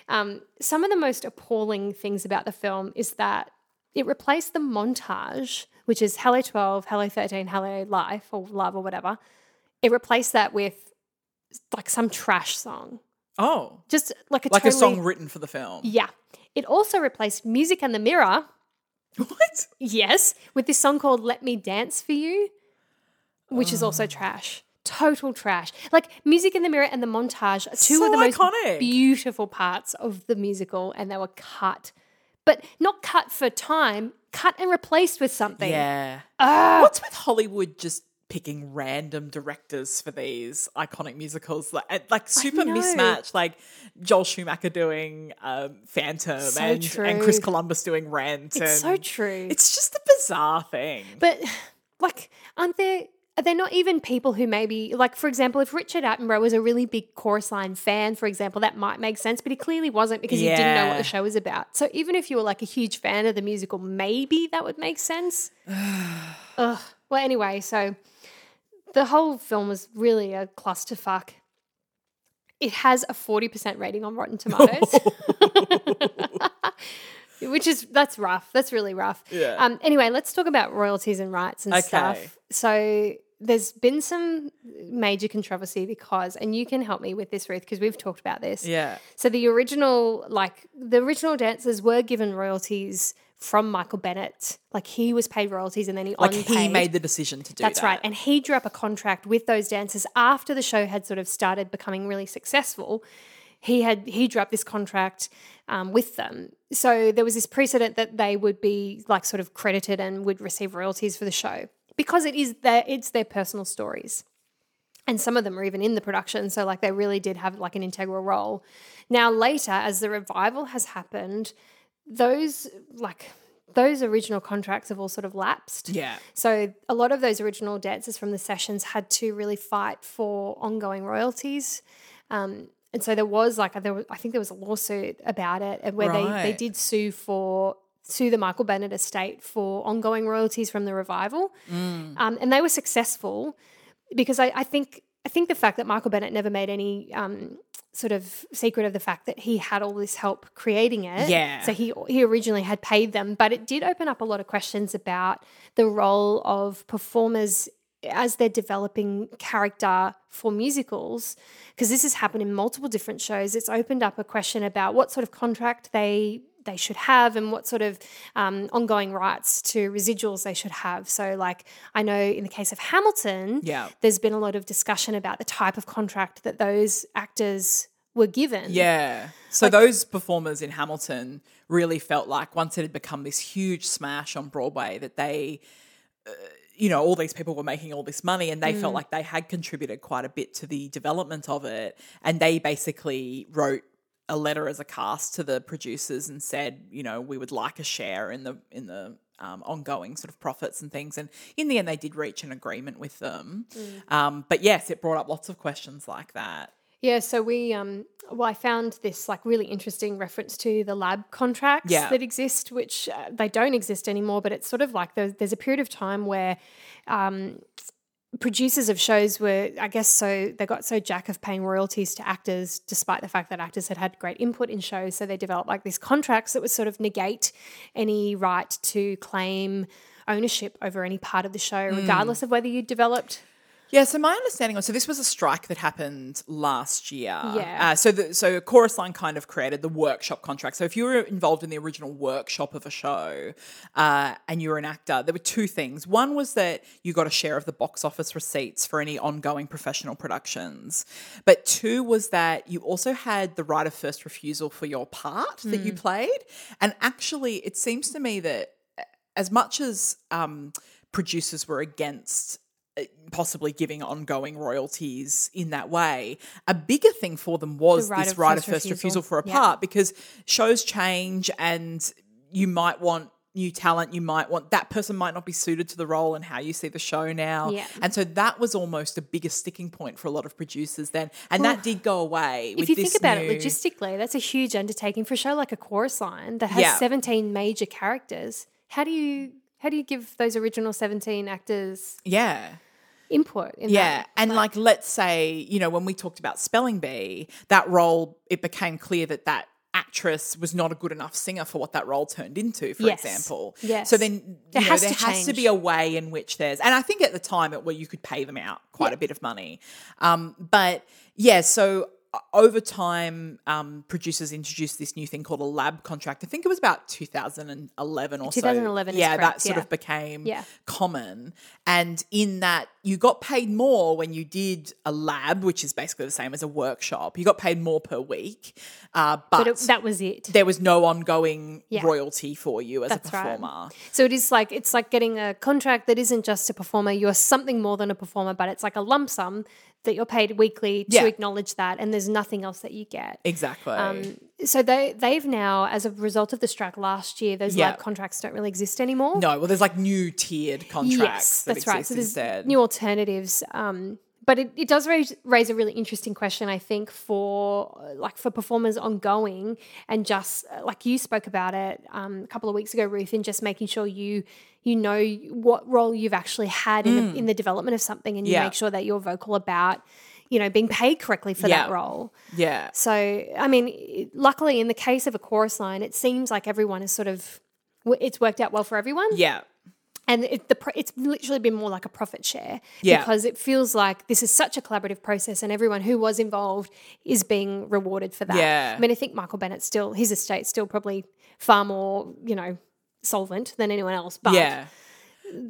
um, some of the most appalling things about the film is that it replaced the montage which is hello 12 hello 13 hello life or love or whatever it replaced that with like some trash song
Oh,
just like a
like
totally,
a song written for the film.
yeah it also replaced music and the mirror
What?
Yes, with this song called Let Me Dance for You, which is
Oh.
also trash. Total trash. Like Music in the Mirror and the montage are two
So
of the most
iconic.
beautiful parts of the musical, and they were cut, but not cut for time, cut and replaced with something.
Yeah. What's with Hollywood just picking random directors for these iconic musicals? Like, and, like super
know.
mismatch. Like Joel Schumacher doing um, Phantom
So
and, and Chris
true.
Columbus doing Rent.
It's
and
so true.
It's just a bizarre thing.
but like, aren't there? they're not even people who maybe like for example if richard attenborough was a really big chorus line fan for example that might make sense but he clearly wasn't because he didn't know what
Yeah.
the show was about so even if you were like a huge fan of the musical maybe that would make sense Ugh. well anyway so the whole film was really a clusterfuck it has a 40% rating on rotten tomatoes which is that's rough that's really rough
Yeah.
um anyway let's talk about royalties and rights and
Okay.
stuff so there's been some major controversy because and you can help me with this ruth because we've talked about this
yeah.
so the original like the original dancers were given royalties from michael bennett like he was paid royalties and then he
Like
unpaid.
he made the decision to do
That's
that.
right. And he drew up a contract with those dancers after the show had sort of started becoming really successful. He had he drew up this contract um, with them. So there was this precedent that they would be like sort of credited and would receive royalties for the show because it is their it's their personal stories. And some of them are even in the production, so like they really did have like an integral role. Now later, as the revival has happened, those like those original contracts have all sort of lapsed.
Yeah.
So a lot of those original dancers from the sessions had to really fight for ongoing royalties. Um, and so there was like there was, I think there was a lawsuit about it and where they, they
Right.
did sue for sue the Michael Bennett estate for ongoing royalties from the revival.
Mm.
Um, and they were successful because I, I think I think the fact that Michael Bennett never made any um, sort of secret of the fact that he had all this help creating it.
Yeah.
So he he originally had paid them, but it did open up a lot of questions about the role of performers as they're developing character for musicals because this has happened in multiple different shows it's opened up a question about what sort of contract they they should have and what sort of um, ongoing rights to residuals they should have so like i know in the case of hamilton
Yeah.
there's been a lot of discussion about the type of contract that those actors were given
Yeah. So those performers in Hamilton really felt like once it had become this huge smash on Broadway that they uh, you know, all these people were making all this money and they felt like they had contributed quite a bit to the development of it and they basically wrote a letter as a cast to the producers and said, you know, we would like a share in the in the um, ongoing sort of profits and things. And in the end, they did reach an agreement with them. Um, but yes, it brought up lots of questions like that.
Yeah, so we um well I found this like really interesting reference to the lab contracts
Yeah.
that exist which uh, they don't exist anymore but it's sort of like there's, there's a period of time where um producers of shows were I guess so they got so jack of paying royalties to actors despite the fact that actors had had great input in shows so they developed like these contracts that would sort of negate any right to claim ownership over any part of the show regardless of whether you developed
Yeah, so my understanding was so this was a strike that happened last year.
Yeah.
Uh, so the, so Chorus Line kind of created the workshop contract. So if you were involved in the original workshop of a show uh, and you were an actor, there were two things. One was that you got a share of the box office receipts for any ongoing professional productions, but two was that you also had the right of first refusal for your part that you played. And actually, it seems to me that as much as um, producers were against uh, possibly giving ongoing royalties in that way, a bigger thing for them was
The right
this
of
right
first
of first
refusal.
refusal, for a
Yeah.
part because shows change and you might want new talent you might want that person might not be suited to the role and how you see the show now
Yeah.
and so that was almost a bigger sticking point for a lot of producers then and that did go away
if you think about it logistically, that's a huge undertaking for a show like a chorus line that has
Yeah.
17 major characters. How do you how do you give those original 17 actors
yeah
input in
Yeah.
that?
And like, let's say, you know, when we talked about Spelling Bee, that role, it became clear that that actress was not a good enough singer for what that role turned into, for
Yes.
example.
Yes.
So then
There
there, know,
has
there
to
has to
change.
be a way in which there's, and I think at the time it where you could pay them out quite a bit of money. Um, but yeah, so uh, over time, um, producers introduced this new thing called a lab contract. I think it was about 2011 or so.
2011 is
yeah,
correct,
that sort
yeah.
of became
Yeah.
common. And in that, you got paid more when you did a lab, which is basically the same as a workshop. You got paid more per week, uh, but,
But it, that was it.
there was no ongoing
Yeah.
royalty for you as
That's
a
right.
performer.
So it is like it's like getting a contract that isn't just a performer. You're something more than a performer, but it's like a lump sum that you're paid weekly to
Yeah.
acknowledge that. And there's there's nothing else that you get.
Exactly.
Um, so they they've now, as a result of the strike last year, those
Yeah.
lab contracts don't really exist anymore.
no, well, there's like new tiered contracts that
that's
exist
right. So there's
instead.
new alternatives. Um, but it, it does raise, raise a really interesting question, I think, for uh, like for performers ongoing and just uh, like you spoke about it um, a couple of weeks ago, Ruth, in just making sure you you know what role you've actually had in, the, in the development of something, and you
Mm. Yeah.
make sure that you're vocal about you know being paid correctly for that
Yeah.
role.
yeah.
So, I mean, luckily in the case of a chorus line, it seems like everyone is sort of it's worked out well for everyone
Yeah.
and it, the pro- it's literally been more like a profit share
Yeah.
because it feels like this is such a collaborative process and everyone who was involved is being rewarded for that.
Yeah.
I mean, I think Michael Bennett still his estate's still probably far more you know solvent than anyone else, but
yeah.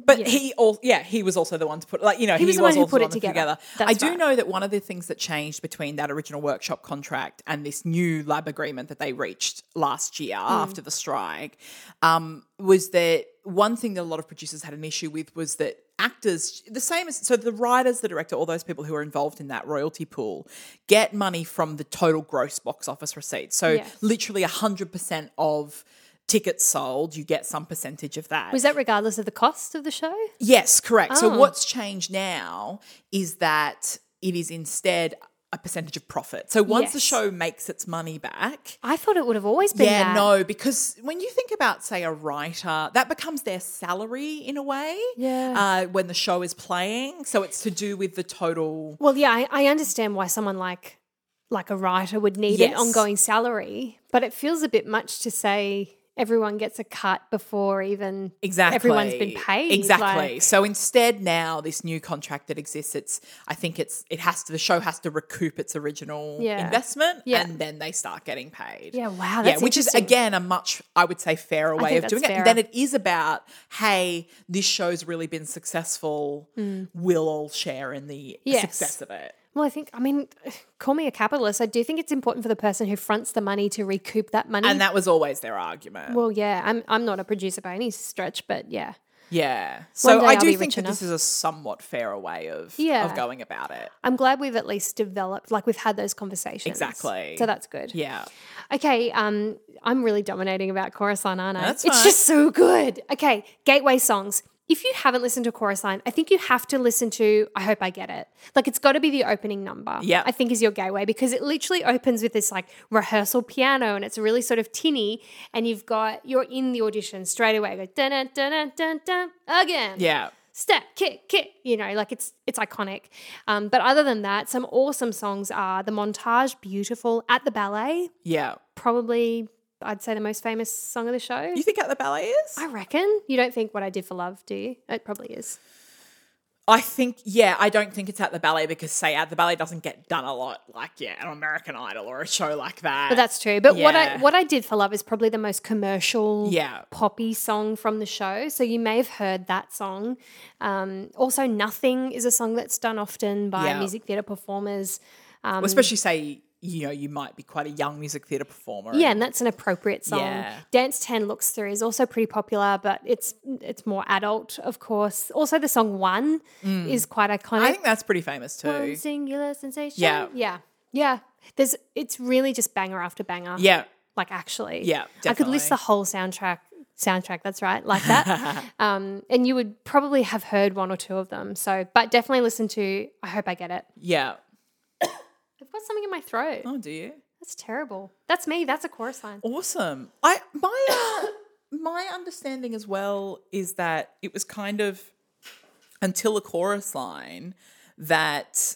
But he all yeah he was also the one to put like you know he,
was the one who
also
put it
that
together.
I
That's
do
right.
know that one of the things that changed between that original workshop contract and this new lab agreement that they reached last year
Mm.
after the strike um, was that one thing that a lot of producers had an issue with was that actors the same as so the writers the director all those people who are involved in that royalty pool get money from the total gross box office receipts so
Yes.
literally 100% of tickets sold you get some percentage of that
was that regardless of the cost of the show?
Yes, correct. So
Oh.
what's changed now is that it is instead a percentage of profit. So once the
Yes.
show makes its money back,
I thought it would have always been
yeah,
that.
no, because when you think about, say, a writer, that becomes their salary in a way.
Yeah.
Uh, when the show is playing, so it's to do with the total.
Well, yeah, I, I understand why someone like like a writer would need an
Yes.
ongoing salary, but it feels a bit much to say everyone gets a cut before even
Exactly.
everyone's been paid.
Exactly.
like-
so instead now this new contract that exists, it's I think it's it has to the show has to recoup its original
Yeah.
investment
Yeah.
and then they start getting paid.
yeah, wow.
yeah,
That's
which is
interesting.
again a much I would say fairer way
think
of doing
that's
it than it is about hey this show's really been successful we'll all share in the
Mm. Yes.
success of it
Well, I think I mean, call me a capitalist. I do think it's important for the person who fronts the money to recoup that money.
and that was always their argument
well, yeah, I'm I'm not a producer by any stretch, but yeah,
yeah so
day
I
I'll
do
be
think
rich
that this
enough.
is a somewhat fairer way of
Yeah.
of going about it
I'm glad we've at least developed like we've had those conversations.
Exactly.
So that's good.
yeah
Okay, um, I'm really dominating about Chorus Line, aren't I?
That's
it's
fine.
just so good. Okay, gateway songs. If you haven't listened to Chorus Line, I think you have to listen to I Hope I Get It. Like it's got to be the opening number.
Yeah.
I think is your gateway because it literally opens with this like rehearsal piano and it's really sort of tinny and you've got you're in the audition straight away. Go dun dun dun dun dun dun again
yeah
step kick kick you know like it's it's iconic um, but other than that some awesome songs are the montage beautiful at the ballet
yeah
probably i'd say the most famous song of the show
you think at the ballet is
i reckon you don't think what i did for love do you it probably is
I think yeah I don't think it's at the ballet because say at the ballet doesn't get done a lot like yeah an American Idol or a show like that
but that's true but what i
Yeah.
what i did for love is probably the most commercial
Yeah.
poppy song from the show so you may have heard that song um, also nothing is a song that's done often by
Yeah.
music theatre performers um,
Well, especially say you know you might be quite a young music theatre performer.
Yeah, and that's an appropriate song.
Yeah.
Dance Ten Looks Through is also pretty popular, but it's it's more adult, of course. Also, the song One
Mm.
is quite
I
iconic.
think that's pretty famous too.
One singular sensation.
Yeah.
yeah, yeah. There's it's really just banger after banger.
Yeah,
like actually.
Yeah,
I could list
definitely.
the whole soundtrack. Soundtrack, that's right, like that. um, and you would probably have heard one or two of them. So, but definitely listen to. I hope I get it.
yeah.
I've got something in my throat.
Oh, do you?
That's terrible. That's me. That's a chorus line.
Awesome. I my uh, my understanding as well is that it was kind of until a chorus line that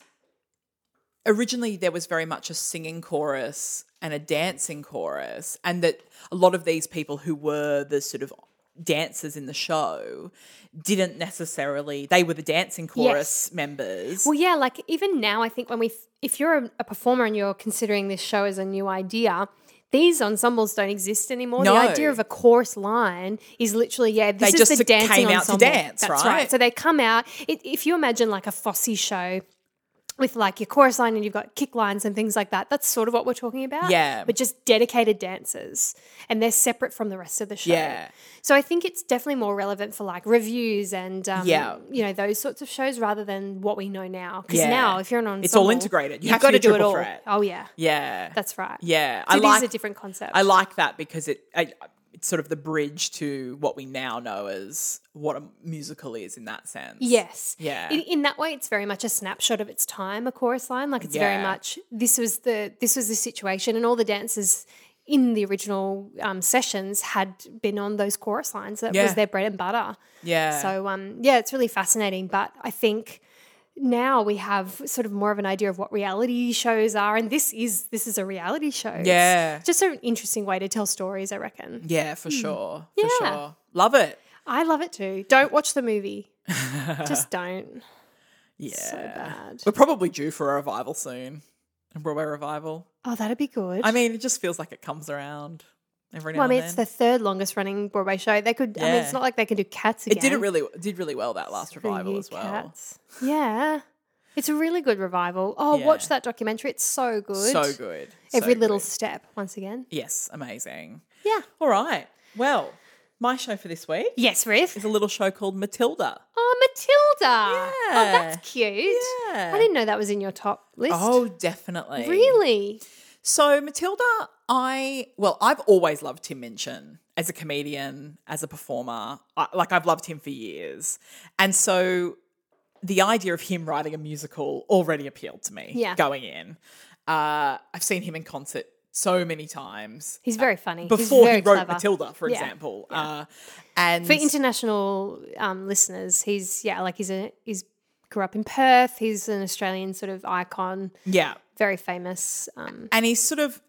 originally there was very much a singing chorus and a dancing chorus and that a lot of these people who were the sort of dancers in the show didn't necessarily they were the dancing chorus members
Well, yeah, like even now, I think when we, if you're a, a performer and you're considering this show as a new idea, these ensembles don't exist anymore.
No.
The idea of a chorus line is literally, yeah, this
They
is
just
the dancing
came out to
ensemble.
dance,
That's
right?
So they come out. It, if you imagine like a Fosse show with like your chorus line and you've got kick lines and things like that. That's sort of what we're talking about.
Yeah.
But just dedicated dancers and they're separate from the rest of the show.
Yeah.
So I think it's definitely more relevant for like reviews and, um,
Yeah.
you know, those sorts of shows rather than what we know now. Because
Yeah.
now if you're an ensemble,
It's all integrated. You
have
have to
got
do
do it
triple
all.
threat.
Oh, yeah.
Yeah.
That's right.
yeah.
So
I
it is
like
a different concept.
I like that because it I, it's sort of the bridge to what we now know as what a musical is in that sense.
Yes.
Yeah.
In, in that way, it's very much a snapshot of its time. A chorus line, like it's very
Yeah.
much this was the this was the situation, and all the dancers in the original um, sessions had been on those chorus lines. That
Yeah.
was their bread and butter.
Yeah.
So um, yeah, it's really fascinating. But I think now we have sort of more of an idea of what reality shows are, and this is this is a reality show. It's
Yeah.
just an interesting way to tell stories. I reckon.
yeah, for sure. For
Hmm. Yeah.
sure. Love it.
I love it too. Don't watch the movie. just don't.
Yeah.
So bad.
We're probably due for a revival soon. A Broadway revival.
Oh, that'd be good.
I mean, it just feels like it comes around every now
Well, I mean,
and
it's
then.
the third longest running Broadw't show. They could. I mean,
Yeah.
it's not like they can do Cats again.
it did it really did really well that last
Screw
revival
you,
as well.
Cats. Yeah, it's a really good revival. Oh,
Yeah.
watch that documentary. It's so good.
So good. So
Every little
good.
step. Once again.
Yes, amazing.
Yeah.
All right. Well, my show for this week
Yes, Riff.
is a little show called Matilda.
Oh, Matilda. Oh,
Yeah.
that's cute.
Yeah.
I didn't know that was in your top list.
Oh, definitely.
really?
So Matilda, I well, I've always loved Tim Minchin as a comedian, as a performer. I, like I've loved him for years, and so the idea of him writing a musical already appealed to me.
Yeah.
going in, uh, I've seen him in concert so many times
He's very funny. He's
Uh, before he
very
wrote
clever.
Matilda, for
Yeah.
example. Uh, and
For international um, listeners, he's yeah, like he's a he's grew up in Perth. He's an Australian sort of icon.
yeah,
very famous. Um,
and he's sort of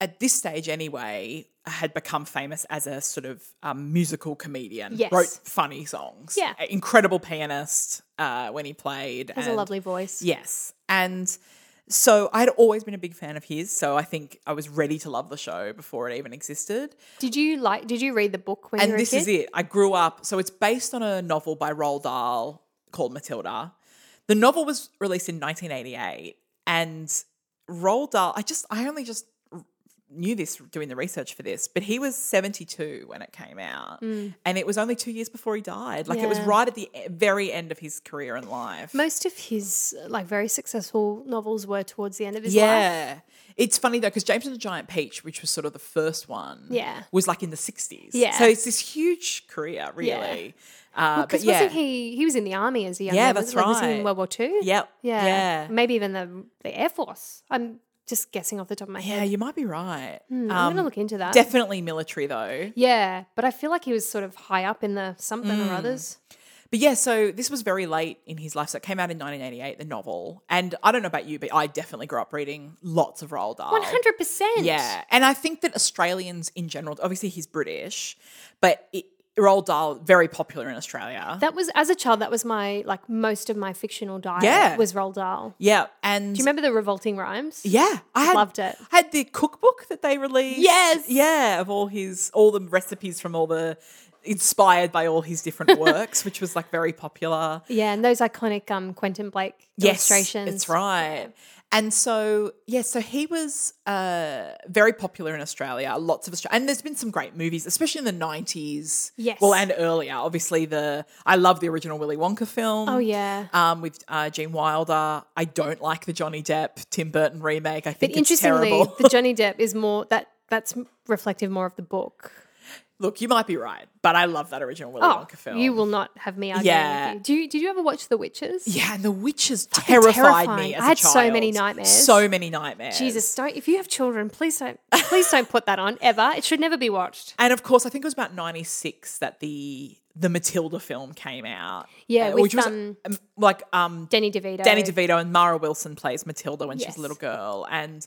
at this stage anyway had become famous as a sort of um, musical comedian
Yes.
wrote funny songs
Yeah.
incredible pianist uh, when he played
has a
and-
lovely voice.
yes and so i'd always been a big fan of his so i think i was ready to love the show before it even existed
Did you like? Did you read the book when you were
and this
a
is
kid?
it. I grew up. So it's based on a novel by Roald Dahl called Matilda. The novel was released in 1988, and Roald Dahl. I just, I only just knew this doing the research for this, but he was 72 when it came out, and it was only two years before he died. Like it was
Hmm. Yeah.
right at the e- very end of his career and life.
Most of his like very successful novels were towards the end of his life.
yeah. It's funny though, because James and the Giant Peach, which was sort of the first one,
Yeah.
was like in the 60s.
Yeah.
So it's this huge career, really. Uh, but
Because
yeah.
wasn't he? He was in the army as a young
Yeah,
man.
that's
wasn't- like, Was he
right.
in World War Two?
Yep.
Yeah. Mm.
Yeah.
Maybe even the the Air Force. I'm just guessing off the top of my
Yeah, um,
head.
you might be right.
I'm gonna look into that.
Definitely military though.
yeah, but I feel like he was sort of high up in the something or
Mm.
others.
But yeah, so this was very late in his life. So it came out in 1988, the novel. And I don't know about you, but I definitely grew up reading lots of Roald Dahl.
One hundred percent.
Yeah. And I think that Australians in general, obviously he's British, but it, Roald Dahl, very popular in Australia.
That was as a child. That was my like most of my fictional diet.
Yeah.
Was Roald Dahl.
yeah. And
Do you remember the revolting rhymes?
yeah, I had,
Loved it.
I had the cookbook that they released.
Yes.
Yeah, of all his, all the recipes from all the, inspired by all his different works, which was like very popular.
Yeah, and those iconic um, Quentin Blake illustrations.
That's right. And so, yeah, so he was uh, very popular in Australia. Lots of Australia, and there's been some great movies, especially in the '90s.
Yes.
well, and earlier. Obviously, the I love the original Willy Wonka film.
Oh, yeah.
um, with uh, Gene Wilder. I don't like the Johnny Depp Tim Burton remake. I
But
think it's
interestingly,
terrible.
the Johnny Depp is more that that's reflective more of the book.
Look, you might be right, but I love that original Willy
Oh,
Wonka film.
you will not have me arguing
Yeah.
with you. Do you, did you ever watch The Witches?
Yeah, and the witches terrified
terrifying.
me as
I had
a child.
so many nightmares.
So many nightmares.
Jesus, don't if you have children, please don't please don't put that on ever. It should never be watched.
And of course, I think it was about '96 that the the Matilda film came out.
Yeah,
Uh,
with,
which was
um,
um, like um,
Danny DeVito.
Danny DeVito and Mara Wilson plays Matilda when she's
Yes.
a little girl, and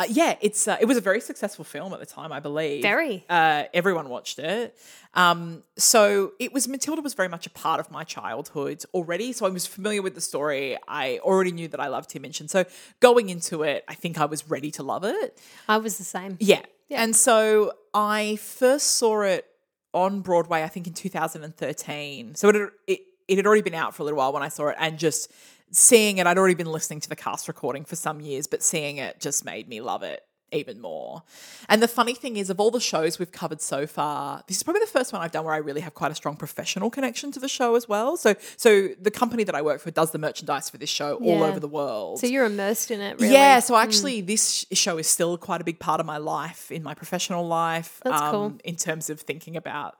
uh, yeah, it's uh, it was a very successful film at the time, I believe.
Very.
uh, everyone watched it. Um, so it was Matilda was very much a part of my childhood already, so I was familiar with the story. I already knew that I loved Tim Minchin, so going into it, I think I was ready to love it.
I was the same.
Yeah. And so I first saw it on Broadway, I think in 2013. So it, it it had already been out for a little while when I saw it, and just seeing it, I'd already been listening to the cast recording for some years, but seeing it just made me love it even more. And the funny thing is, of all the shows we've covered so far, this is probably the first one I've done where I really have quite a strong professional connection to the show as well. So, so the company that I work for does the merchandise for this show all
Yeah.
over the world.
So you're immersed in it, really.
Yeah, so actually, this sh- show is still quite a big part of my life in my professional life. um,
That's cool.
In terms of thinking about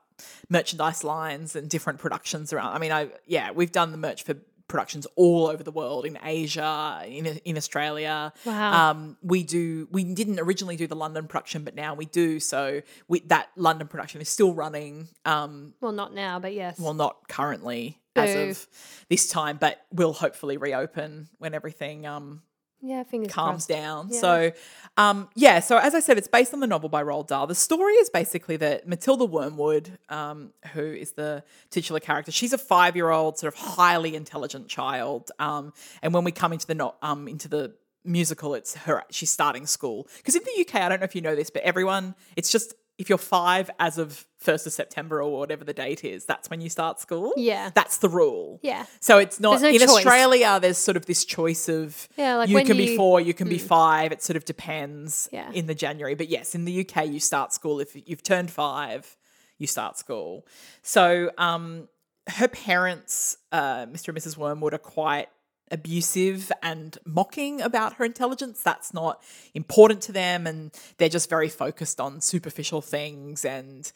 merchandise lines and different productions around. I mean, I yeah, we've done the merch for productions all over the world in Asia, in in Australia.
Wow.
Um, we do. We didn't originally do the London production, but now we do. So we, that London production is still running. Um,
Well, not now, but yes.
well, not currently.
Boo.
As of this time, but will hopefully reopen when everything um,
yeah, fingers crossed.
calms down. So, um, yeah. So as I said, it's based on the novel by Roald Dahl. The story is basically that Matilda Wormwood, um, who is the titular character, she's a five-year-old, sort of highly intelligent child. Um, and when we come into the no- um, into the musical, it's her. She's starting school because in the UK, I don't know if you know this, but everyone, it's just if you're five as of first of September or whatever the date is, that's when you start school.
Yeah.
that's the rule.
Yeah.
So it's not
There's no
in
choice.
Australia. There's sort of this choice of
Yeah, like
you
when
can be
you-
four, you can be five. It sort of depends
Hmm. Yeah.
in the January. But yes, in the UK, you start school if you've turned five. You start school. So um, her parents, uh, Mr. and Mrs. Wormwood, are quite abusive and mocking about her intelligence. That's not important to them, and they're just very focused on superficial things and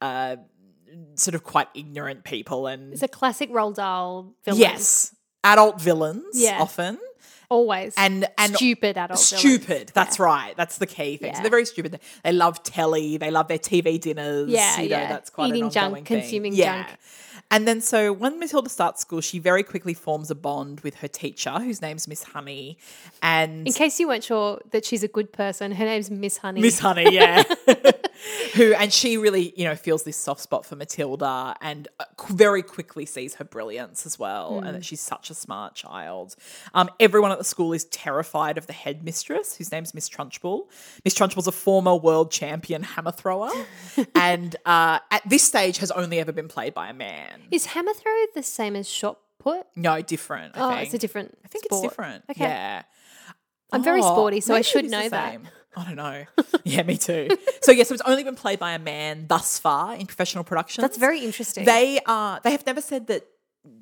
uh, sort of quite ignorant people. And
It's a classic Roald Dahl villain.
Yes. Adult villains
Yeah.
often.
Always.
And and
stupid adult villains.
stupid. That's right. That's the key thing. So
Yeah.
they're very stupid. They love telly. They love their TV dinners.
Yeah,
you know,
yeah.
that's quite
Eating
an
junk,
ongoing thing.
consuming
Yeah.
junk.
And then so when Matilda starts school, she very quickly forms a bond with her teacher, whose name's Miss Honey. And
In case you weren't sure that she's a good person, her name's Miss Honey.
Miss Honey, yeah. Who and she really, you know, feels this soft spot for Matilda, and uh, qu- very quickly sees her brilliance as well, and that she's such a smart child. Um, everyone at the school is terrified of the headmistress, whose name's Miss Trunchbull. Miss Trunchbull's a former world champion hammer thrower, and uh, at this stage has only ever been played by a man.
Is hammer throw the same as shot put?
No, different. I
Oh,
think.
it's a different.
I think
sport.
it's different.
Okay.
Yeah.
I'm very
Oh,
sporty, so I
maybe it
should
is the
know that.
same. I don't know. Yeah, me too. so yeah, so it's only been played by a man thus far in professional productions.
That's very interesting.
They are. They have never said that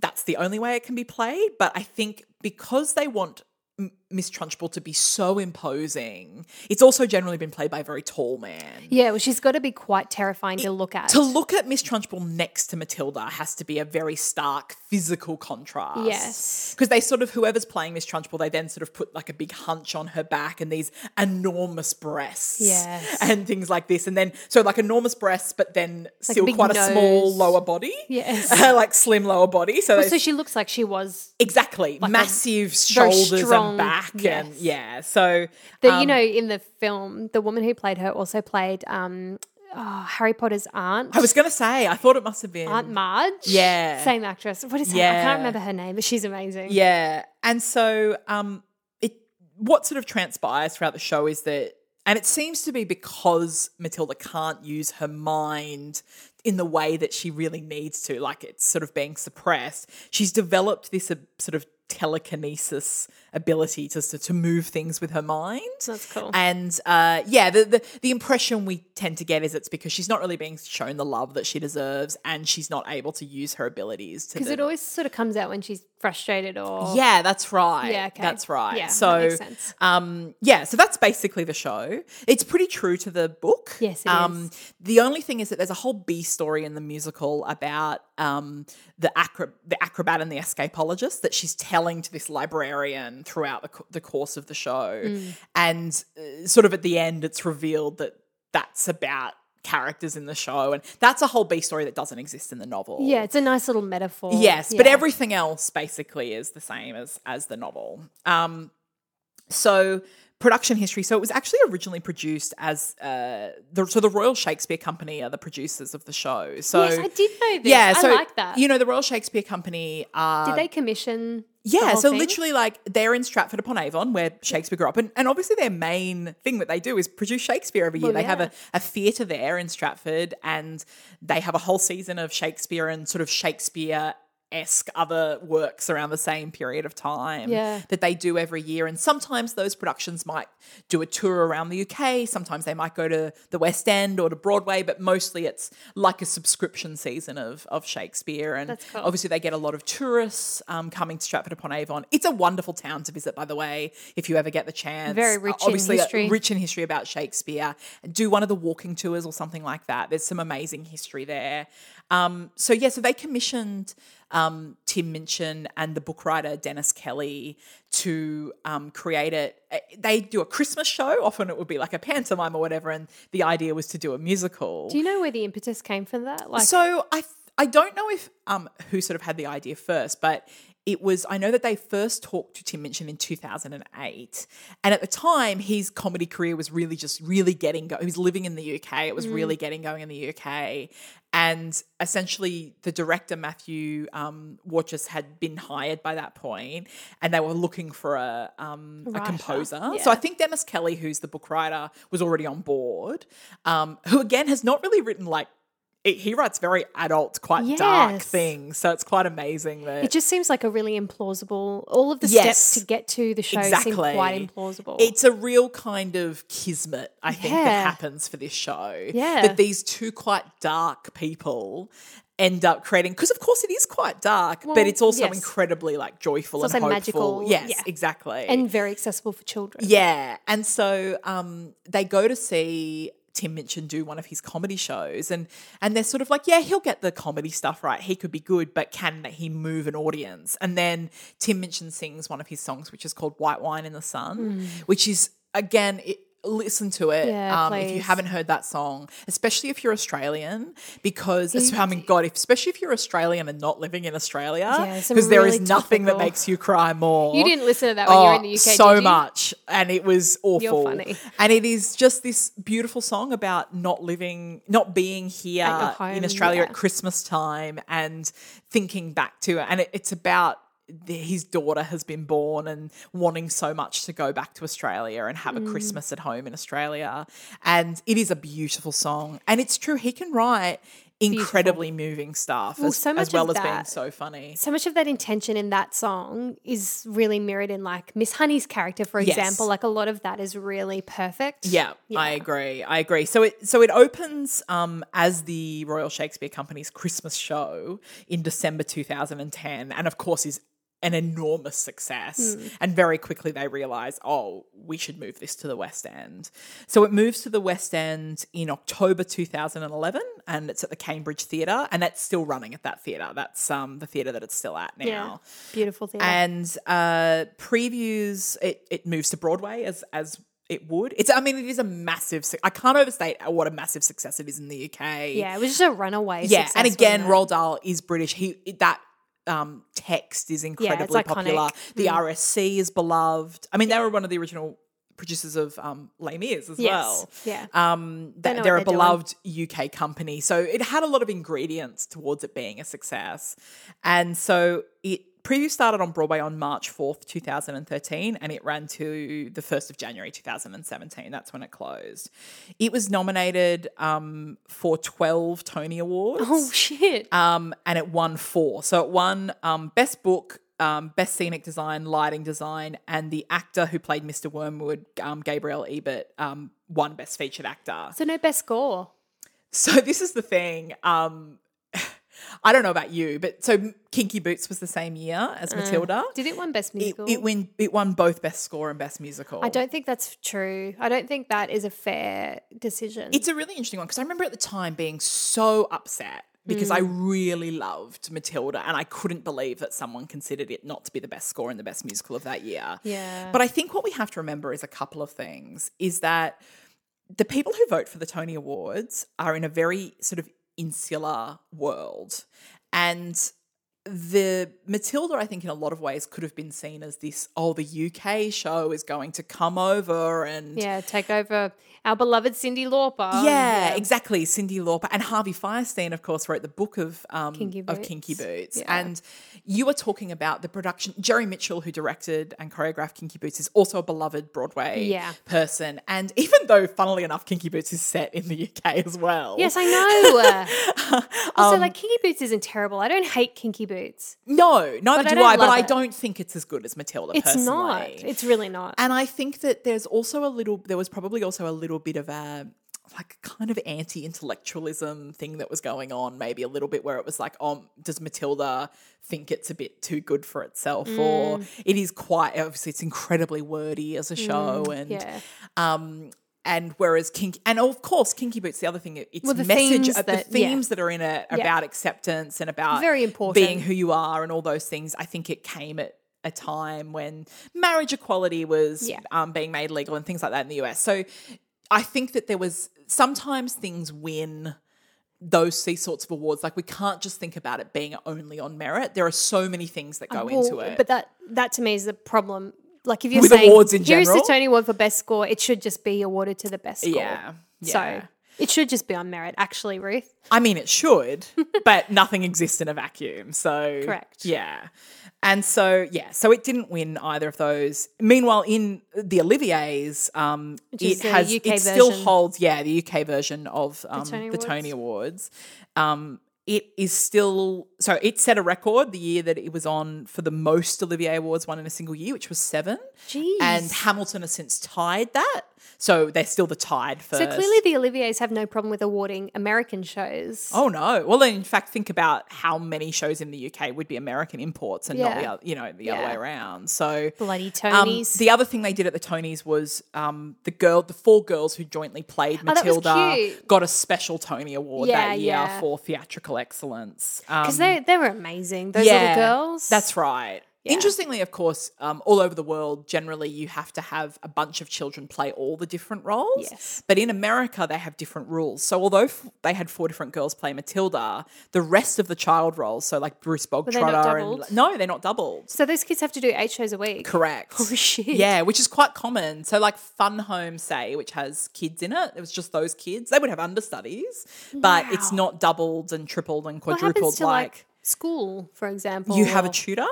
that's the only way it can be played, but I think because they want M- Miss Trunchbull to be so imposing, it's also generally been played by a very tall man.
yeah, well, she's got to be quite terrifying to look at.
To look at Miss Trunchbull next to Matilda has to be a very stark physical contrast.
Yes.
Because they sort of, whoever's playing Miss Trunchbull, they then sort of put like a big hunch on her back and these enormous breasts.
Yes.
And things like this. And then, so like enormous breasts, but then still
big
quite a small
nose.
lower body.
Yes.
like slim lower body. So, they
so she looks like she was
exactly massive
very
shoulders
strong-
and back. And
yes.
yeah. So,
the,
Um,
you know, in the film, the woman who played her also played um, oh, Harry Potter's aunt,
I was going to say, I thought it must have been.
Aunt Marge.
Yeah.
same actress. What is her? I
Yeah.
can't remember her name, but she's amazing.
Yeah. And so um it what sort of transpires throughout the show is that and it seems to be because Matilda can't use her mind in the way that she really needs to, like it's sort of being suppressed. She's developed this uh, sort of telekinesis ability to, to move things with her mind.
that's cool.
And uh, yeah, the, the the impression we tend to get is it's because she's not really being shown the love that she deserves, and she's not able to use her abilities to
Because
the-
it always sort of comes out when she's frustrated or
yeah, that's right.
Oh. Yeah, okay.
That's right.
Yeah, that
so,
makes sense.
um, yeah, so that's basically the show. It's pretty true to the book.
Yes, it
um, The only thing is that there's a whole B story in the musical about um, the acro- the acrobat and the escapologist that she's telling to this librarian throughout the, co- the course of the show,
Mm.
and uh, sort of at the end, it's revealed that that's about characters in the show, and that's a whole B story that doesn't exist in the novel.
yeah, it's a nice little metaphor.
Yes, but
Yeah.
everything else basically is the same as as the novel. Um, so production history. So it was actually originally produced as uh, the so the Royal Shakespeare Company are the producers of the show. So
yes, I did know this.
yeah, so
I like that.
you know the Royal Shakespeare Company are
did they commission? the
yeah,
whole
so
thing?
literally, like they're in Stratford upon Avon, where Shakespeare grew up, and, and obviously their main thing that they do is produce Shakespeare every year.
Well,
they have
yeah.
a, a theatre there in Stratford, and they have a whole season of Shakespeare and sort of Shakespeare esque other works around the same period of time
Yeah.
that they do every year. And sometimes those productions might do a tour around the UK. Sometimes they might go to the West End or to Broadway, but mostly it's like a subscription season of, of Shakespeare. And
That's cool.
obviously they get a lot of tourists um, coming to Stratford upon Avon. It's a wonderful town to visit, by the way, if you ever get the chance.
Very rich in
obviously, uh,
history.
rich in history about Shakespeare. Do one of the walking tours or something like that. There's some amazing history there. Um, so yeah, so they commissioned um, Tim Minchin and the book writer Dennis Kelly to um, create it. Uh, They do a Christmas show. Often it would be like a pantomime or whatever, and the idea was to do a musical.
Do you know where the impetus came for that? Like,
So I th- I don't know if um who sort of had the idea first, but it was I know that they first talked to Tim Minchin in 2008, and at the time his comedy career was really just really getting go. He was living in the UK; it
Mm.
was really getting going in the UK, and essentially the director Matthew um, Watchus had been hired by that point, and they were looking for a um, a
Writer.
composer.
Yeah.
So I think Dennis Kelly, who's the book writer, was already on board, um, who again has not really written like it, he writes very adult, quite dark
Yes.
things. So it's quite amazing that
it just seems like a really implausible. All of the
Yes.
steps to get to the show seem quite
Exactly.
implausible.
it's a real kind of kismet, I think,
Yeah.
that happens for this show.
Yeah.
That these two quite dark people end up creating because of course it is quite dark, but
Well,
it's also
yes.
incredibly like joyful
It's
and
also
hopeful.
magical.
Yes,
Yeah.
exactly.
and very accessible for children.
Yeah. And so um, they go to see Tim Minchin do one of his comedy shows and and they're sort of like, yeah, he'll get the comedy stuff right. He could be good, but can he move an audience? And then Tim Minchin sings one of his songs, which is called White Wine in the Sun, which is again it, listen to it
Mm. Yeah,
um, if you
please.
haven't heard that song especially if you're australian because i mean god if, especially if you're australian and not living in australia
Yeah,
because
some
there
really
is nothing that
topical-
makes you cry more Oh,
You didn't listen to that when you were in the UK,
so
did you?
much, and it was awful.
funny.
And it is just this beautiful song about not living, not being here
At your
in
home,
Australia
yeah.
at Christmas time, and thinking back to it. And it, it's about the, his daughter has been born and wanting so much to go back to Australia and have
Mm.
a Christmas at home in Australia. And it is a beautiful song, and it's true he can write. Incredibly moving stuff, as,
so much
as well
of
as being
that-
so funny.
so much of that intention in that song is really mirrored in like Miss Honey's character, for
Yes.
example. Like a lot of that is really perfect.
Yeah, I agree. I agree. So it so it opens um, as the Royal Shakespeare Company's Christmas show in December 2010, and of course is an enormous success. And very quickly they realize, oh, we should move this to the West End. So it moves to the West End in October 2011, and it's at the Cambridge Theatre, and that's still running at that theatre. That's um, the theatre that it's still at now.
Yeah. Beautiful theatre.
And uh, previews it, it moves to Broadway as as it would. It's I mean it is a massive. su- I can't overstate what a massive success it is in the UK.
yeah, it was just a runaway.
yeah.
success,
And
wasn't
again,
it?
Roald Dahl is British. He that um, text is incredibly
iconic. Mm.
popular. The RSC is beloved. I mean, they were one of the original producers of um, Les Mis as
Yes.
well.
Yeah.
Um,
know
th-
what
they're a
they're doing.
beloved UK company. So it had a lot of ingredients towards it being a success. And so it preview started on Broadway on March 4th, 2013, and it ran to the 1st of January 2017. That's when it closed. It was nominated um, for 12 Tony Awards
oh shit.
um, and it won four. So it won um, best book, um, best scenic design, lighting design, and the actor who played Mr. Wormwood, um, Gabriel Ebert, um, won best featured actor.
so no best score.
So this is the thing. Um, I don't know about you, but so Kinky Boots was the same year as Matilda.
Did it win best
It,
musical?
it win. It won both best score and best musical.
I don't think that's true. I don't think that is a fair decision.
It's a really interesting one because I remember at the time being so upset because I really loved Matilda and I couldn't believe that someone considered it not to be the best score and the best musical of that year.
yeah.
But I think what we have to remember is a couple of things is that the people who vote for the Tony Awards are in a very sort of insular world. And the Matilda, I think, in a lot of ways could have been seen as this, oh, the UK show is going to come over and
yeah, take over our beloved Cindy Lauper.
yeah, exactly. Cindy Lauper and Harvey Firestein, of course, wrote the book of um,
Kinky
of
Boots.
Kinky Boots.
Yeah.
And you were talking about the production. Jerry Mitchell, who directed and choreographed Kinky Boots, is also a beloved Broadway
Yeah.
person. And even though, funnily enough, Kinky Boots is set in the UK as well. Um,
Yes, I know. also, like Kinky Boots isn't terrible. I don't hate Kinky Boots.
No, neither
But I
do
don't
I, but
love
I
it.
don't think it's as good as Matilda
It's not.
personally.
It's really not.
And I think that there's also a little, there was probably also a little bit of a, like kind of anti-intellectualism thing that was going on, maybe a little bit where it was like, oh, does Matilda think it's a bit too good for itself, or it is quite obviously it's incredibly wordy as a show, and
yeah.
um, and whereas Kinky, and of course, Kinky Boots, the other thing, it- it's
Well, the
message,
themes
uh, the
that- yeah.
themes that are in it about acceptance and about
Very important.
being who you are and all those things. I think it came at a time when marriage equality was
Yeah.
um, being made legal and things like that in the US. So I think that there was sometimes things win those these sorts of awards. Like we can't just think about it being only on merit. There are so many things that go into
Uh, Well,
it.
But that that to me is the problem. Like if you're
With
saying
awards in
here's
general?
the Tony Award for best score, it should just be awarded to the best score.
yeah, yeah.
So it should just be on merit, actually, Ruth.
I mean, it should, but nothing exists in a vacuum. So,
Correct.
Yeah. And so, yeah, so it didn't win either of those. Meanwhile, in the Olivier's, um,
is
it
the
has,
UK
it still
version.
holds, yeah, the UK version of um, the, Tony,
Tony
Awards. Um, it is still, so it set a record the year that it was on for the most Olivier Awards won in a single year, which was seven.
Jeez.
And Hamilton has since tied that. So they're still the tied first.
so clearly the Oliviers have no problem with awarding American shows.
Oh no! Well, in fact, think about how many shows in the UK would be American imports and not the
Yeah.
other, you know, the other
Yeah.
way around. So,
Bloody
um,
Tonys.
the other thing they did at the Tonys was um, the girl, the four girls who jointly played
Oh, that was
Matilda,
cute.
got a special Tony Award
Yeah,
that year
yeah.
for theatrical excellence. Um,
because they they were amazing. Those little girls.
that's right. Interestingly, of course, um, all over the world, generally you have to have a bunch of children play all the different roles.
Yes.
But in America, they have different rules. So although f- they had four different girls play Matilda, the rest of the child roles, so like Bruce
they not
Bogtrotter,
doubled?
and no, they're not doubled.
so those kids have to do eight shows a week.
Correct.
Holy shit.
Yeah, which is quite common. So, like Fun Home, say, which has kids in it, it was just those kids. They would have understudies, but it's
Wow.
not doubled and tripled and
What happens
quadrupled
to
like,
like school, for example?
you have a
or-
tutor.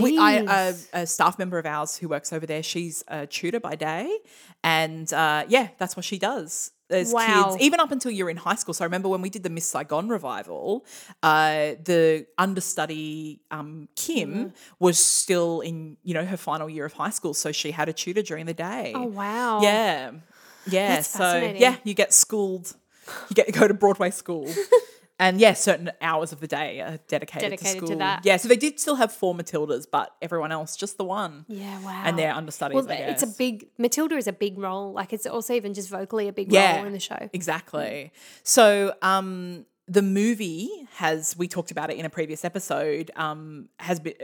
We, I, uh,
Jeez.
a, a staff member of ours who works over there, she's a tutor by day, and uh, yeah, that's what she does. As
Wow.
kids, even up until you're in high school. So I remember when we did the Miss Saigon revival, uh, the understudy um,
Mm-hmm.
Kim was still in, you know, her final year of high school, so she had a tutor during the day.
Oh wow.
Yeah. Yeah.
That's
so
fascinating.
yeah, you get schooled. You get go to Broadway school. and yeah, certain hours of the day are dedicated,
Dedicated
to
to
school.
that.
Yeah, so they did still have four Matildas, but everyone else just the one.
Yeah. Wow.
And their understudies.
Well,
I
it's a
guess.
big Matilda is a big role. Like it's also even just vocally a big role in the show.
Exactly. So um the movie has we talked about it in a previous episode um has been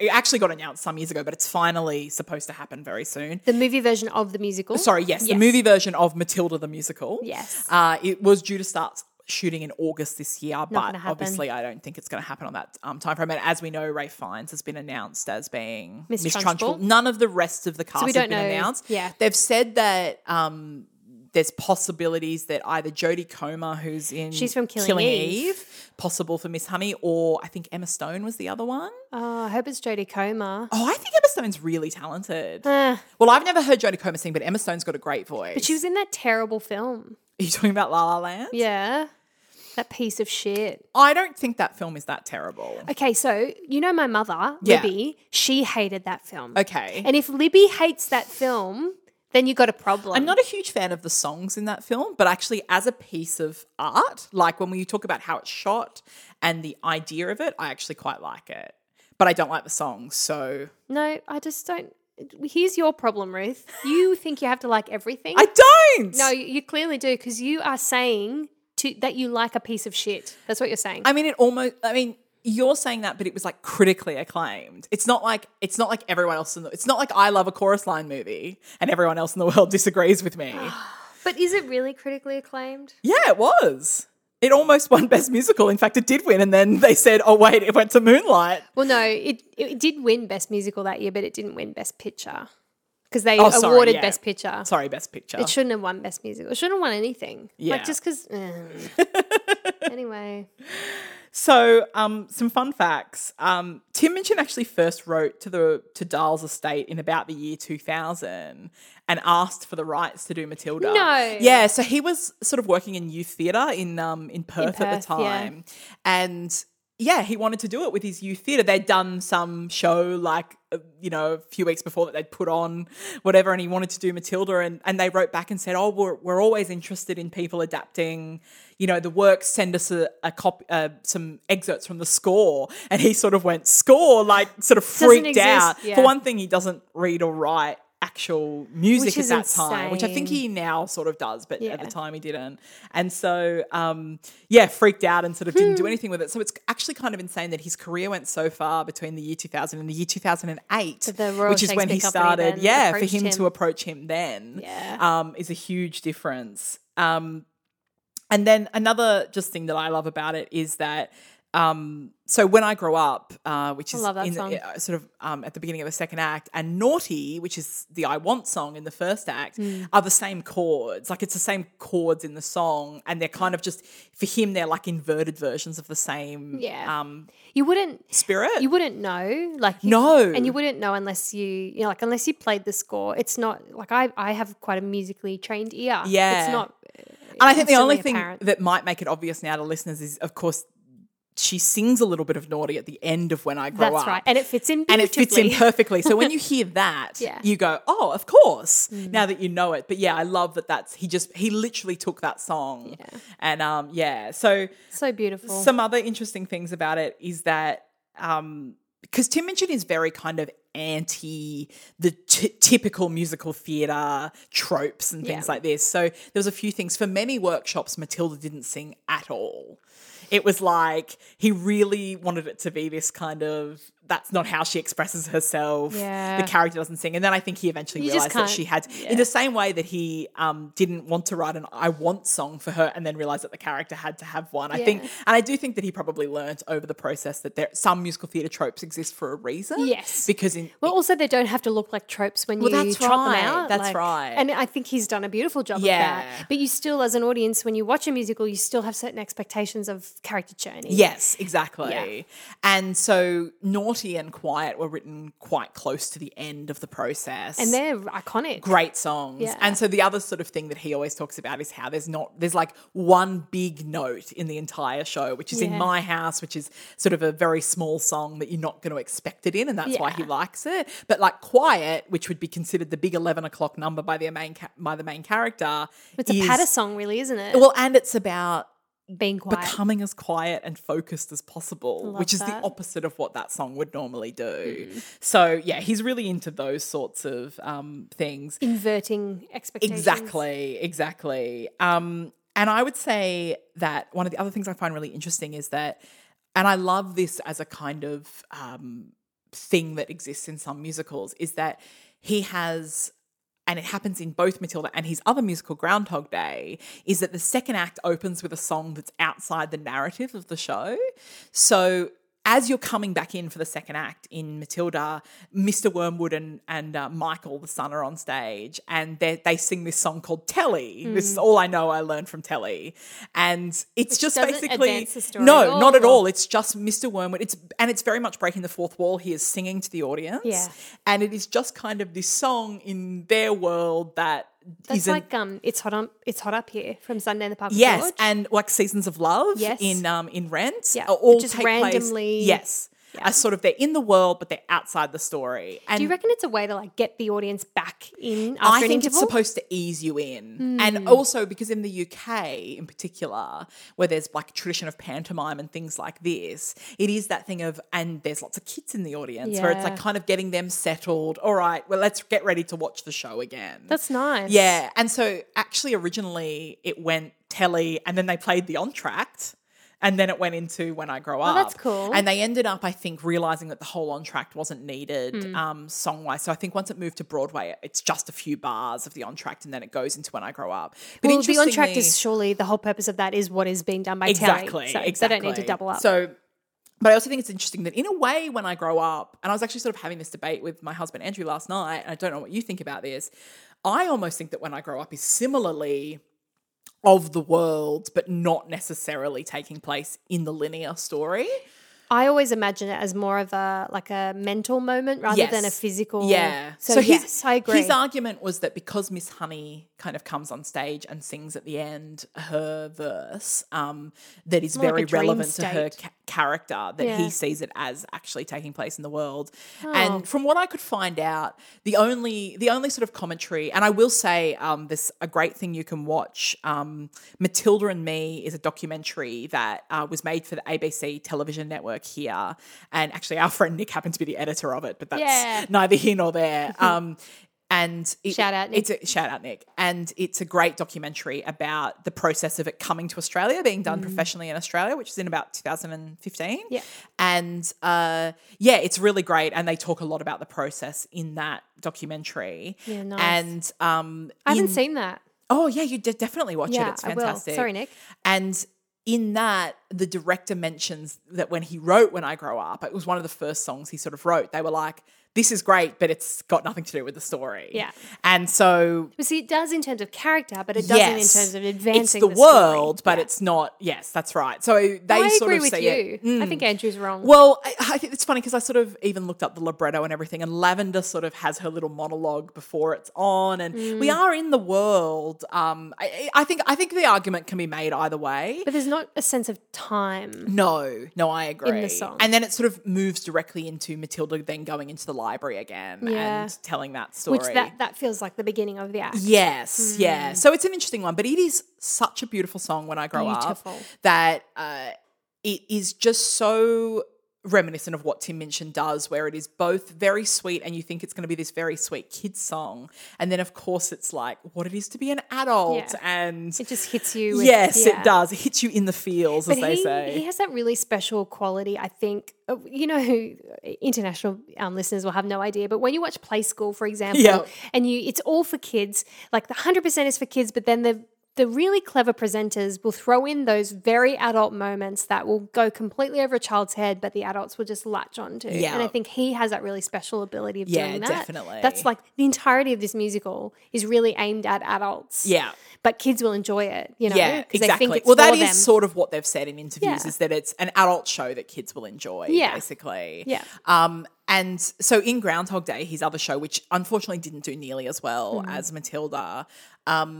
it actually got announced some years ago but it's finally supposed to happen very soon.
The movie version of the musical.
Sorry, yes, the
Yes.
movie version of Matilda the musical.
Yes.
Uh, it was due to start shooting in August this year, but
gonna happen.
obviously I don't think it's going to happen on that um, time frame. And as we know, Ray Fiennes has been announced as being
Miss
Miss Trunchbull.
Trunchbull.
None of the rest of the cast
we
have
don't
been
know-
announced.
yeah.
They've said that um, there's possibilities that either Jodie Comer, who's in
She's from Killing Eve.
possible for Miss Honey, or I think Emma Stone was the other one.
Oh, I hope it's Jodie Comer.
Oh, I think Emma Stone's really talented. Well, I've never heard Jodie Comer sing, but Emma Stone's got a great voice.
But she was in that terrible film.
Are you talking about La La Land?
Yeah. That piece of shit.
I don't think that film is that terrible.
Okay, so you know my mother,
Yeah.
Libby, she hated that film.
Okay.
And if Libby hates that film, then you got a problem.
I'm not a huge fan of the songs in that film, but actually, as a piece of art, like when we talk about how it's shot and the idea of it, I actually quite like it. But I don't like the songs, so
No, I just don't. Here's your problem, Ruth. You think you have to like everything.
I don't.
no, you, you clearly do because you are saying to, that you like a piece of shit. That's what you're saying.
I mean, it almost. I mean, you're saying that, but it was like critically acclaimed. It's not like it's not like everyone else in the. It's not like I love a chorus line movie and everyone else in the world disagrees with me.
but is it really critically acclaimed?
Yeah, it was. It almost won Best Musical. In fact, it did win. And then they said, oh, wait, it went to Moonlight.
Well, no, it, it did win Best Musical that year, but it didn't win Best Picture because they
Oh, sorry,
awarded
yeah.
Best Picture.
Sorry, Best Picture.
It shouldn't have won Best Musical. It shouldn't have won anything.
Yeah.
Like just because. anyway,
So, um, some fun facts. Um, Tim Minchin actually first wrote to the to Dahl's estate in about the year 2000 and asked for the rights to do Matilda.
No.
Yeah, so he was sort of working in youth theatre in um in Perth, at
Perth,
the
yeah.
time, and yeah, he wanted to do it with his youth theatre. They'd done some show like uh, you know a few weeks before that they'd put on whatever, and he wanted to do Matilda, and and they wrote back and said, oh, we're we're always interested in people adapting, you know, the works. Send us a, a copy, uh, some excerpts from the score, and he sort of went score like sort of freaked
exist,
out.
yeah.
For one thing, he doesn't read or write actual music
Which
at
is
that time, which I think
insane.
he now sort of does, but at
Yeah.
the time he didn't. And so, um, yeah, freaked out and sort of
Hmm.
didn't do anything with it. So it's actually kind of insane that his career went so far between the year 2000 and the year 2008,
the Royal
which is when he
Shakespeare Company
started.
then
Yeah, for
approached
him, to
him.
approach him then
Yeah.
um, is a huge difference. Um, and then another just thing that I love about it is that. Um, so when I grow up, uh, which is
love that
in
song.
The, uh, sort of um, at the beginning of the second act, and Naughty, which is the I Want song in the first act,
Mm.
are the same chords. Like it's the same chords in the song, and they're kind of just for him, they're like inverted versions of the same
Yeah.
um,
You wouldn't
spirit.
you wouldn't know like you-
No.
and you wouldn't know unless you you know like unless you played the score it's not like i i have quite a musically trained ear
Yeah.
it's not
and I think the only
instantly
thing
apparent.
that might make it obvious now to listeners is, of course, she sings a little bit of Naughty at the end of When I Grow
that's
Up.
right and it fits in
and it fits in
beautifully.
perfectly. So when you hear that,
Yeah.
you go, "Oh, of course!" Now that you know it. But yeah, I love that. That's he just he literally took that song, and um, yeah. So
so beautiful
some other interesting things about it is that um because Tim Minchin is very kind of anti the t- typical musical theatre tropes and things
Yeah.
like this. So there was a few things for many workshops. Matilda didn't sing at all. It was like he really wanted it to be this kind of that's not how she expresses herself.
Yeah.
The character doesn't sing, and then I think he eventually
You just
realized that
can't-
she had, in the same way that he um, didn't want to write an "I want" song for her, and then realized that the character had to have one. I think,
Yeah.
and I do think that he probably learnt over the process that there some musical theatre tropes exist for a reason.
Yes.
because in
well also they don't have to look like tropes when
Well,
you
that's
trot
right,
them out
that's
like-
right.
and i think he's done a beautiful job of
Yeah.
that but you still as an audience when you watch a musical you still have certain expectations of character journey
Yes, exactly. And so Naughty and Quiet were written quite close to the end of the process.
and they're iconic
great songs.
Yeah.
And so the other sort of thing that he always talks about is how there's not there's like one big note in the entire show, which is in
Yeah.
my house, which is sort of a very small song that you're not going to expect it in, and that's why he
Yeah.
likes it. But like Quiet, which would be considered the big eleven o'clock number by the main ca- by the main character,
it's a
is-
patter song really isn't it
Well, and it's about
being quiet
becoming as quiet and focused as possible,
Love
which is the
that. Mm.
opposite of what that song would normally do. So yeah, he's really into those sorts of um, things.
inverting expectations
Exactly, exactly. Um, and I would say that one of the other things I find really interesting is that, and I love this as a kind of um, thing that exists in some musicals, is that he has. And it happens in both Matilda and his other musical, Groundhog Day, is that the second act opens with a song that's outside the narrative of the show. So as you're coming back in for the second act in Matilda, Mr. Wormwood and, and uh, Michael, the son, are on stage and they they sing this song called Telly. This
Mm.
is all I know I learned from Telly. And it's just
doesn't
basically.
advance the story
no,
at all.
not at all. It's just Mr. Wormwood. It's And it's very much breaking the fourth wall. He is singing to the audience.
Yeah.
And it is just kind of this song in their world that
That's
isn't-
like um, it's hot on, it's hot up here from Sunday in the Park. with
Yes,
George.
and like Seasons of Love
Yes.
in um in Rent.
Yeah,
are all
just
take place-
randomly-
yes. Are sort of they're in the world, but they're outside the story. And
do you reckon it's a way to like get the audience back in after
I
an
think
interval?
it's supposed to ease you
Hmm.
in. And also because in the UK in particular, where there's like tradition of pantomime and things like this, it is that thing of and there's lots of kids in the audience where it's
Yeah.
like kind of getting them settled. All right, well let's get ready to watch the show again.
That's nice.
Yeah. And so actually originally it went telly and then they played the entract. And then it went into when I grow up.
Oh, that's cool.
And they ended up, I think, realizing that the whole entract wasn't needed
Hmm.
um, song wise. So I think once it moved to Broadway, it's just a few bars of the entract, and then it goes into when I grow up. But
Well, the
interestingly-
contract is surely the whole purpose of that is what is being done by Telly.
exactly,
So
exactly.
they don't need to double up.
So, but I also think it's interesting that in a way, when I grow up, and I was actually sort of having this debate with my husband Andrew last night, and I don't know what you think about this. I almost think that when I grow up is similarly of the world, but not necessarily taking place in the linear story.
I always imagine it as more of a like a mental moment rather than a
Yes.
physical.
Yeah.
So,
his-
yes, I agree.
His argument was that because Miss Honey kind of comes on stage and sings at the end her verse, um, that is
More like
very
a dream
relevant to her
state.
ca- character, that
Yeah. Oh.
he sees it as actually taking place in the world. And from what I could find out, the only the only sort of commentary, and I will say um, this a great thing you can watch. Um, Matilda and Me is a documentary that uh, was made for the ABC television network here, and actually our friend Nick happened to be the editor of it, but that's
Yeah.
neither here nor there. Um, and it-
Shout out, Nick.
It's a, shout out, Nick. And it's a great documentary about the process of it coming to Australia, being done professionally in Australia, which is in about 2015.
Mm. Yeah.
And uh, yeah, it's really great. And they talk a lot about the process in that documentary.
Yeah, nice.
And um,
I haven't
in-
seen that.
Oh, yeah, you de- definitely watch
Yeah,
it. It's
I will.
fantastic.
Sorry, Nick.
And in that, the director mentions that when he wrote When I Grow Up, it was one of the first songs he sort of wrote. They were like, this is great, but it's got nothing to do with the story.
Yeah.
And so
Well, see, it does in terms of character, but it doesn't in terms of advancing
It's the,
story.
world, but
Yeah.
it's not. Yes, that's right. So they
I
sort
agree
of
with
see
you.
it. Mm.
I think Andrew's wrong.
Well, I, I think it's funny because I sort of even looked up the libretto and everything, and Lavender sort of has her little monologue before it's on, and we
Mm.
are in the world. Um, I, I think I think the argument can be made either way.
but there's not a sense of time.
No, no, I agree.
song.
and then it sort of moves directly into Matilda then going into the library again
Yeah.
and telling that story.
Which that, that feels like the beginning of the act.
Yes, yeah.
Hmm.
So it's an interesting one, but it is such a beautiful song when I grow
Beautiful.
up that uh, it is just so reminiscent of what Tim Minchin does, where it is both very sweet and you think it's going to be this very sweet kid song, and then of course it's like what it is to be an adult,
Yeah.
and
It just hits you. with-
yes,
yeah.
it does. It hits you in the feels, as
But
they
he,
say.
he has that really special quality. I think Uh, you know who international um, listeners will have no idea, but when you watch Play School, for example,
Yeah.
and you it's all for kids. Like the hundred percent is for kids, but then the the really clever presenters will throw in those very adult moments that will go completely over a child's head, but the adults will just latch onto.
Yeah.
And I think he has that really special ability of
Yeah,
doing that.
definitely.
That's like the entirety of this musical is really aimed at adults.
yeah.
But kids will enjoy it, you know,
Yeah,
'cause they
exactly.
think it's
well, that
for
is
them.
sort of what they've said in interviews
Yeah.
is that it's an adult show that kids will enjoy,
Yeah.
basically.
Yeah.
Um, and so in Groundhog Day, his other show, which unfortunately didn't do nearly as well
Hmm.
as Matilda, um,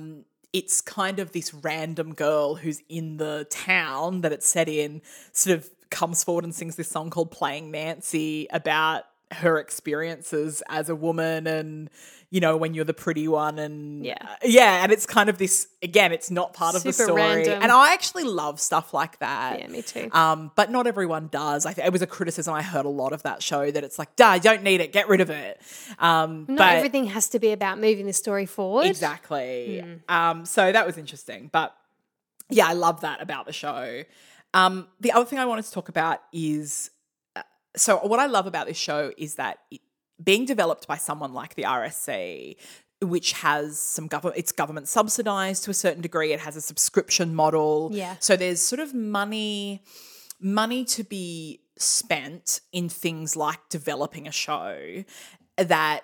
it's kind of this random girl who's in the town that it's set in, sort of comes forward and sings this song called Playing Nancy about her experiences as a woman and you know when you're the pretty one and uh,
Yeah.
yeah and it's kind of this again it's not part of the
Super
story
random.
and i actually love stuff like that
Yeah, me too.
um, but not everyone does. I th- it was a criticism I heard a lot of that show that it's like, duh, you don't need it, get rid of it. Um,
Not
but
everything has to be about moving the story forward.
exactly.
Hmm.
Um, so that was interesting. But yeah, I love that about the show. Um, the other thing I wanted to talk about is uh, so what I love about this show is that it, being developed by someone like the RSC, which has some government, it's government subsidized to a certain degree. It has a subscription model.
Yeah.
So there's sort of money money to be spent in things like developing a show that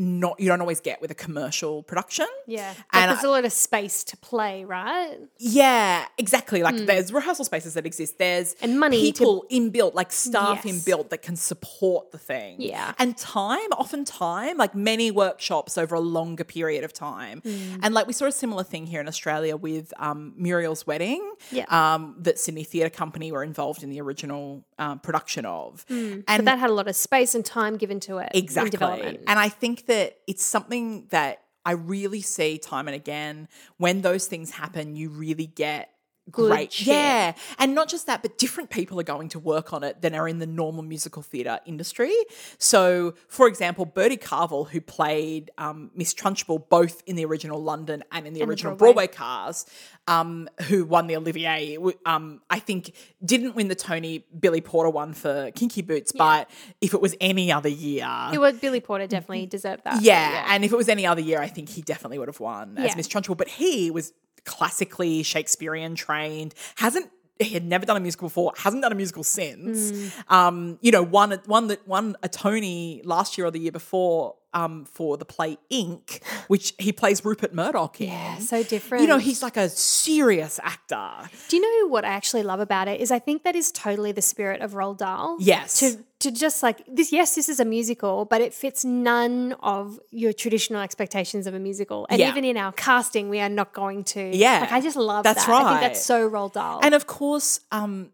not you don't always get with a commercial production.
Yeah. Like
And
there's a lot of space to play, right?
Yeah, exactly. Like there's rehearsal spaces that exist. There's
Hmm. And money to-
people inbuilt, like staff
Yes.
inbuilt that can support the thing.
Yeah.
And time, often time, like many workshops over a longer period of time.
Hmm.
And like we saw a similar thing here in Australia with um, Muriel's Wedding,
Yeah.
um, that Sydney Theatre Company were involved in the original um, production of.
But
And
that had a lot of space and time given to it. in
Mm. Exactly.
development.
And I think that it's something that I really see time and again when those things happen, you really get
Good
great.
shit.
Yeah. And not just that, but different people are going to work on it than are in the normal musical theatre industry. So, for example, Bertie Carvel, who played um, Miss Trunchbull both in the original London and in the original
Broadway.
Broadway, cast, um, who won the Olivier, w- um, I think didn't win the Tony, Billy Porter one for Kinky Boots, but if it was any other year,
It was Billy Porter definitely deserved that.
yeah, and if it was any other year, I think he definitely would have won
Yeah.
as Miss Trunchbull. But he was classically Shakespearean trained, hasn't he had never done a musical before, hasn't done a musical
Mm.
since. Um, you know, won a- won that won a Tony last year or the year before um, for the play Ink, which he plays Rupert Murdoch in.
Yeah, so different.
You know, he's like a serious actor.
Do you know what I actually love about it is I think that is totally the spirit of Roald Dahl.
Yes.
To to just like this yes, this is a musical, but it fits none of your traditional expectations of a musical. And
Yeah.
even in our casting, we are not going to
Yeah.
Like I just love
That's
that. I think
right.
that's so Roald Dahl.
And of course, um,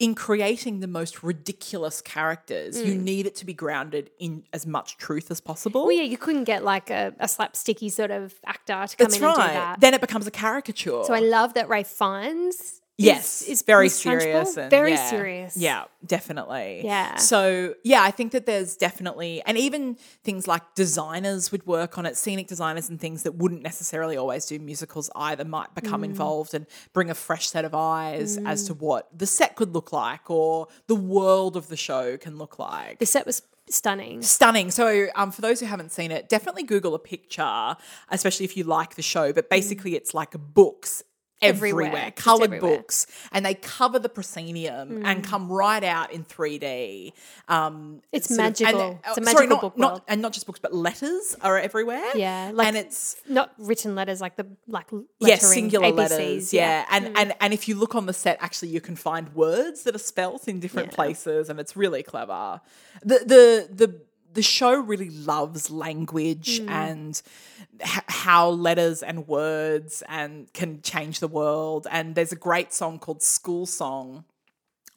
in creating the most ridiculous characters, you
Mm.
need it to be grounded in as much truth as possible.
well, yeah, you couldn't get like a, a slapsticky sort of actor to come
That's
in
right.
and do that.
Then it becomes a caricature.
so I love that Ray Fiennes.
yes,
is, is
very
Miss Trunchbull.
serious. And,
very
yeah.
serious.
Yeah, definitely.
Yeah.
So yeah, I think that there's definitely, and even things like designers would work on it. Scenic designers and things that wouldn't necessarily always do musicals either might
Mm.
become involved and bring a fresh set of eyes as to what the set could look like or the world of the show can look like
The set was stunning.
stunning. So, um, for those who haven't seen it, definitely Google a picture, especially if you like the show. But basically, it's like books everywhere,
Everywhere, just
colored
everywhere. Mm.
books, and they cover the proscenium and come right out in 3D. Um,
It's
sort of- and- uh,
magical. It's a
sorry,
magical
not-
book
not-
world.
and not just books, but letters are everywhere.
Yeah, like-
and it's
Not written letters like the like lettering,
Yes, singular
ABCs,
letters. Yeah, and
Mm.
and and if you look on the set, actually, you can find words that are spelt in different places, and it's really clever. The the the the show really loves language
Mm.
and h- how letters and words and can change the world. And there's a great song called "School Song."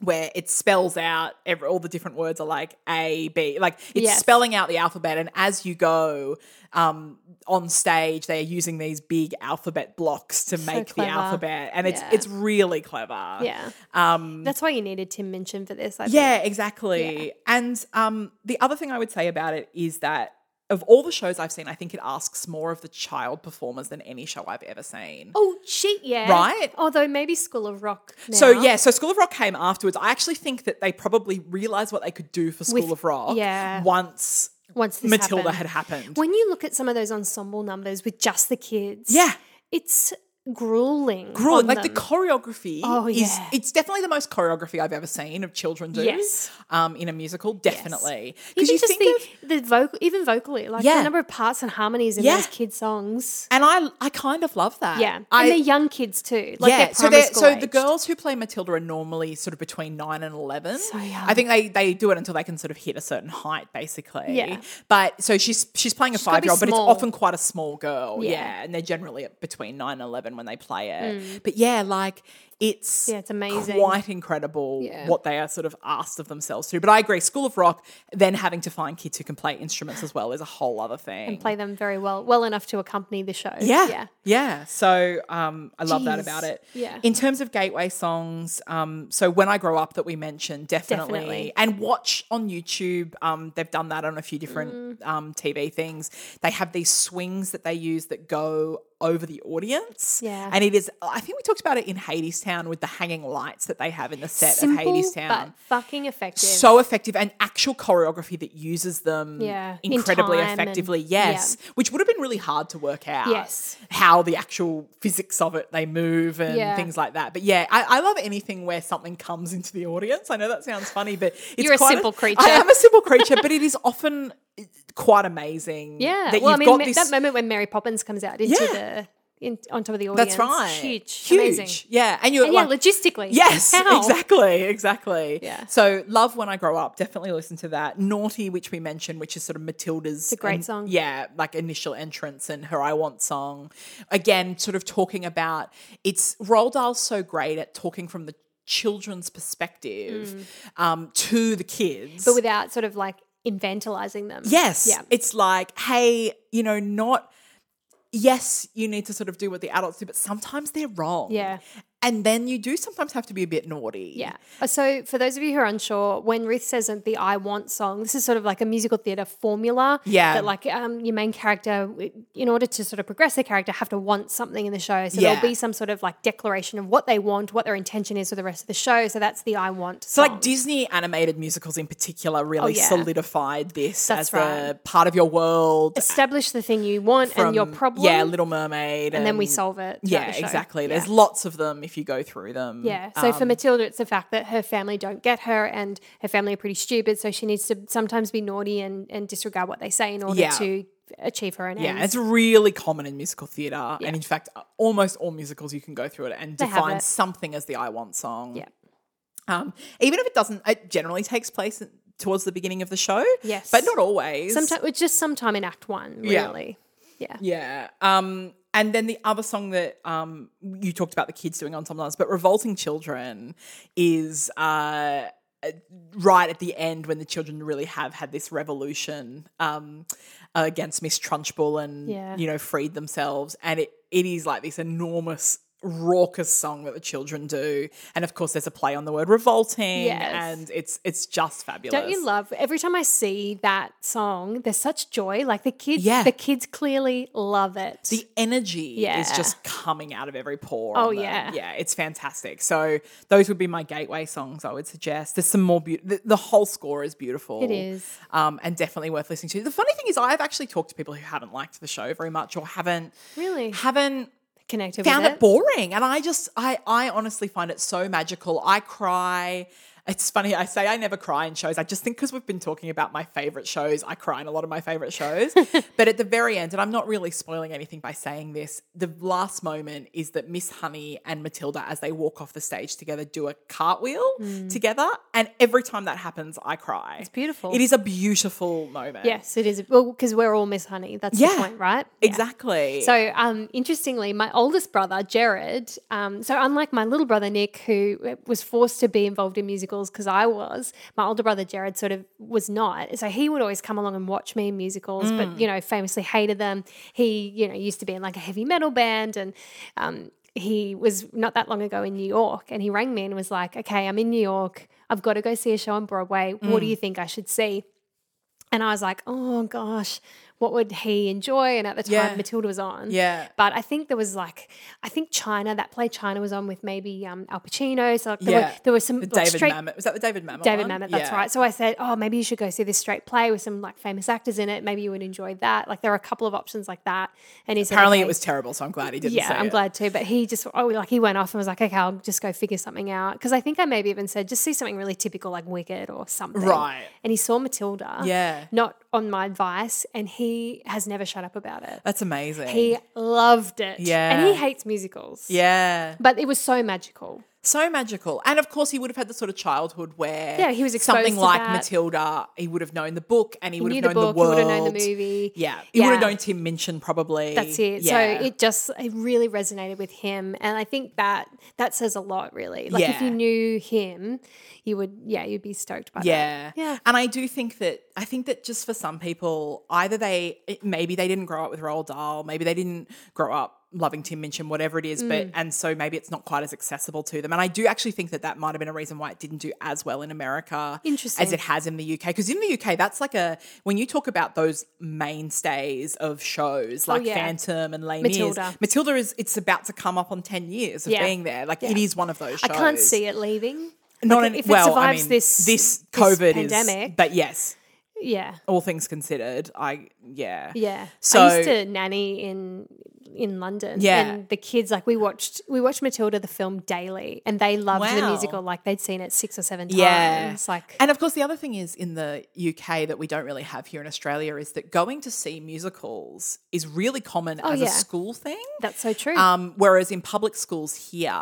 Where it spells out every, all the different words are like A B, like it's
Yes.
spelling out the alphabet, and as you go, um, on stage they're using these big alphabet blocks to make the
clever.
alphabet and it's
Yeah.
it's really clever
Yeah. Um, That's why you needed Tim Minchin for this. I think.
yeah exactly and um the other thing i would say about it is that of all the shows i've seen i think it asks more of the child performers than any show i've ever seen
Oh shit, yeah.
Right?
Although maybe School of Rock. Now.
So yeah, so School of Rock came afterwards. I actually think that they probably realized what they could do for School
With-
of Rock
yeah.
once
Once this
Matilda
happened.
had happened.
When you look at some of those ensemble numbers with just the kids,
yeah,
it's grueling.
Bro,
on
like
them.
the choreography
Oh,
is
yeah.
it's definitely the most choreography I've ever seen of children do
Yes.
um, in a musical, definitely. Because
even
you
just
think of
the, the vocal, even vocally, like
Yeah.
the number of parts and harmonies in
Yeah.
those kids' songs.
and I I kind of love that.
Yeah, and
I,
they're young kids too. Like they're
so
primary school
so the
aged.
girls who play Matilda are normally sort of between nine and eleven.
young.
I think they they do it until they can sort of hit a certain height, basically.
Yeah.
But so she's she's playing a
gotta
five
be
year old, but it's
small.
often quite a small girl. Yeah.
Yeah.
and they're generally between nine and eleven when they play it. But yeah, like it's
Hmm. Yeah, it's amazing.
quite incredible
Yeah.
what they are sort of asked of themselves to. But I agree, School of Rock, then having to find kids who can play instruments as well is a whole other thing.
play them very well, well enough to accompany the show.
Yeah.
yeah.
Yeah. So um, I love that
Jeez.
about it.
Yeah.
In terms of gateway songs, um, so When I Grow Up that we mentioned, definitely.
Definitely.
And watch on YouTube. Um, they've done that on a few different
Mm.
um, TV things. They have these swings that they use that go over the audience.
Yeah.
And it is, I think we talked about it in Hadestown with the hanging lights that they have in the set
Simple,
of Hadestown.
but fucking effective.
So effective and actual choreography that uses them
Yeah, in
incredibly
time and-
effectively. yes. Which would have been really hard to work out.
Yes.
How the actual physics of it, they move and
Yeah.
things like that. But yeah, I, I love anything where something comes into the audience. I know that sounds funny, but it's
You're a
quite
simple creature.
I am a simple creature, but it is often eh, quite amazing.
Yeah.
That
well,
you've
I mean,
got
ma-
this
that moment when Mary Poppins comes out into
Yeah.
the in, on top of the audience.
That's right.
Huge.
Huge.
Amazing.
Yeah. And you're
And
like,
yeah, logistically.
Yes,
How?
exactly, exactly.
Yeah.
So, love when I grow up. Definitely listen to that. Naughty, which we mentioned, which is sort of Matilda's
a great
in-
song.
Yeah, like initial entrance and her I Want song. Again, sort of talking about it's Roald Dahl's so great at talking from the children's perspective um, to the kids.
Mm. But without sort of like infantilizing them.
Yes.
Yeah.
It's like, hey, you know, not yes, you need to sort of do what the adults do, but sometimes they're wrong.
Yeah.
And then you do sometimes have to be a bit naughty.
Yeah. Uh, So, for those of you who are unsure, when Ruth says that the I Want song, this is sort of like a musical theatre formula.
Yeah.
That, like, um, your main character, w- in order to sort of progress their character, have to want something in the show. So,
Yeah.
there'll be some sort of like declaration of what they want, what their intention is for the rest of the show. So, that's the I Want
So
song.
like Disney animated musicals in particular really
Oh, yeah.
solidified this
That's
as a part of your world.
Establish the thing you want and your
from,
problem.
Yeah, Little Mermaid.
and then we solve it. throughout
Yeah,
the show.
exactly. There's
Yeah.
lots of them if if you go through them.
Yeah. So for
Um,
Matilda, it's the fact that her family don't get her and her family are pretty stupid. So she needs to sometimes be naughty and, and disregard what they say in order
Yeah.
to achieve her own
yeah,
ends.
it's really common in musical theatre, and in fact, almost all musicals you can go through it and
They have
define
it.
something as the "I want" song.
Yeah.
Um, even if it doesn't, it generally takes place towards the beginning of the show.
Yes.
but not always.
Sometimes it's just sometime in Act One,
Yeah.
really. Yeah.
Yeah. Um, and then the other song that um, you talked about the kids doing on sometimes, but Revolting Children is uh, right at the end when the children really have had this revolution um, against Miss Trunchbull and,
Yeah.
you know, freed themselves. And it, it is like this enormous raucous song that the children do and of course there's a play on the word revolting
Yes.
and it's it's just fabulous
Don't you love every time I see that song? There's such joy. Like the kids,
Yeah.
the kids clearly love it.
the energy is
Yeah.
just coming out of every pore.
Oh,
on them.
yeah.
yeah, it's fantastic. So those would be my gateway songs. I would suggest there's some more beautiful. The, the whole score is beautiful.
It is.
um, and definitely worth listening to. The funny thing is, I've actually talked to people who haven't liked the show very much or haven't
really
haven't
connected
found
with
it.
it.
boring. And I just, I, I honestly find it so magical. I cry. It's funny. I say I never cry in shows. I just think because we've been talking about my favorite shows, I cry in a lot of my favorite shows. but at the very end, and I'm not really spoiling anything by saying this, the last moment is that Miss Honey and Matilda, as they walk off the stage together, do a cartwheel
Hmm.
together. And every time that happens, I cry. It's
beautiful.
It is a beautiful moment.
yes, it is. Well, because we're all Miss Honey. That's
Yeah.
the point, right? Yeah.
Exactly.
So, um, interestingly, my oldest brother, Jared, um, so unlike my little brother, Nick, who uh, was forced to be involved in musicals because I was, my older brother, Jared, sort of was not. So he would always come along and watch me in musicals, but, you know, famously hated them. He, you know, used to be in like a heavy metal band and, um, he was not that long ago in New York and he rang me and was like, okay, I'm in New York. I've got to go see a show on Broadway. What do you think I should see? And I was like, oh gosh, what would he enjoy? And at the time,
Yeah.
Matilda was on.
yeah.
But I think there was like, I think China, that play China was on with maybe um, Al Pacino. So like there,
Yeah.
were, there were some
The
like,
David
straight
Mamet. Was that the David Mamet
David
one?
Mamet, that's
Yeah.
right. So I said, oh, maybe you should go see this straight play with some like famous actors in it. Maybe you would enjoy that. Like there are a couple of options like that. And he said,
Apparently, it
okay.
was terrible, so I'm glad he didn't.
Yeah,
say
I'm
it.
glad too. But he just, oh, like he went off and was like, okay, I'll just go figure something out. Because I think I maybe even said, just see something really typical like Wicked or something.
Right.
And he saw Matilda.
Yeah.
Not on my advice. And he has never shut up about it.
That's amazing.
He loved it. And
Yeah.
he hates musicals.
yeah,
But it was so magical.
so magical, and of course he would have had the sort of childhood where
Yeah, he was exposed
something
to
like
that.
Matilda. He would have known the book, and he, would
knew the
have known
book,
the world.
he would have known the movie.
Yeah, he would have known Tim Minchin probably.
That's it.
Yeah.
So it just it really resonated with him, and I think that that says a lot, really. Like if
Yeah.
you knew him, you would, yeah, you'd be stoked by that.
Yeah.
Yeah.
And I do think that I think that just for some people, either they it- maybe they didn't grow up with Roald Dahl, maybe they didn't grow up loving Tim Minchin, whatever it is,
Mm.
but and so maybe it's not quite as accessible to them. And I do actually think that that might have been a reason why it didn't do as well in America
Interesting.
as it has in the UK. Because in the UK, that's like a when you talk about those mainstays of shows like
Oh, yeah.
Phantom and Les
Matilda.
Mis, Matilda is it's about to come up on ten years of
Yeah.
being there. Like it is one of those. shows
I can't see it leaving.
not
Like,
an,
if it
well, I
survives
mean,
this-
this
this
COVID is,
pandemic.
but yes,
Yeah,
all things considered, I yeah
yeah. I
So-
used to nanny in in London.
Yeah.
and the kids like we watched we watched Matilda the film daily, and they loved the
Wow.
musical. Like they'd seen it six or seven times.
yeah.
like
and of course, the other thing is in the UK that we don't really have here in Australia is that going to see musicals is really common as
Oh, yeah.
a school thing.
that's so true.
Um, whereas in public schools here,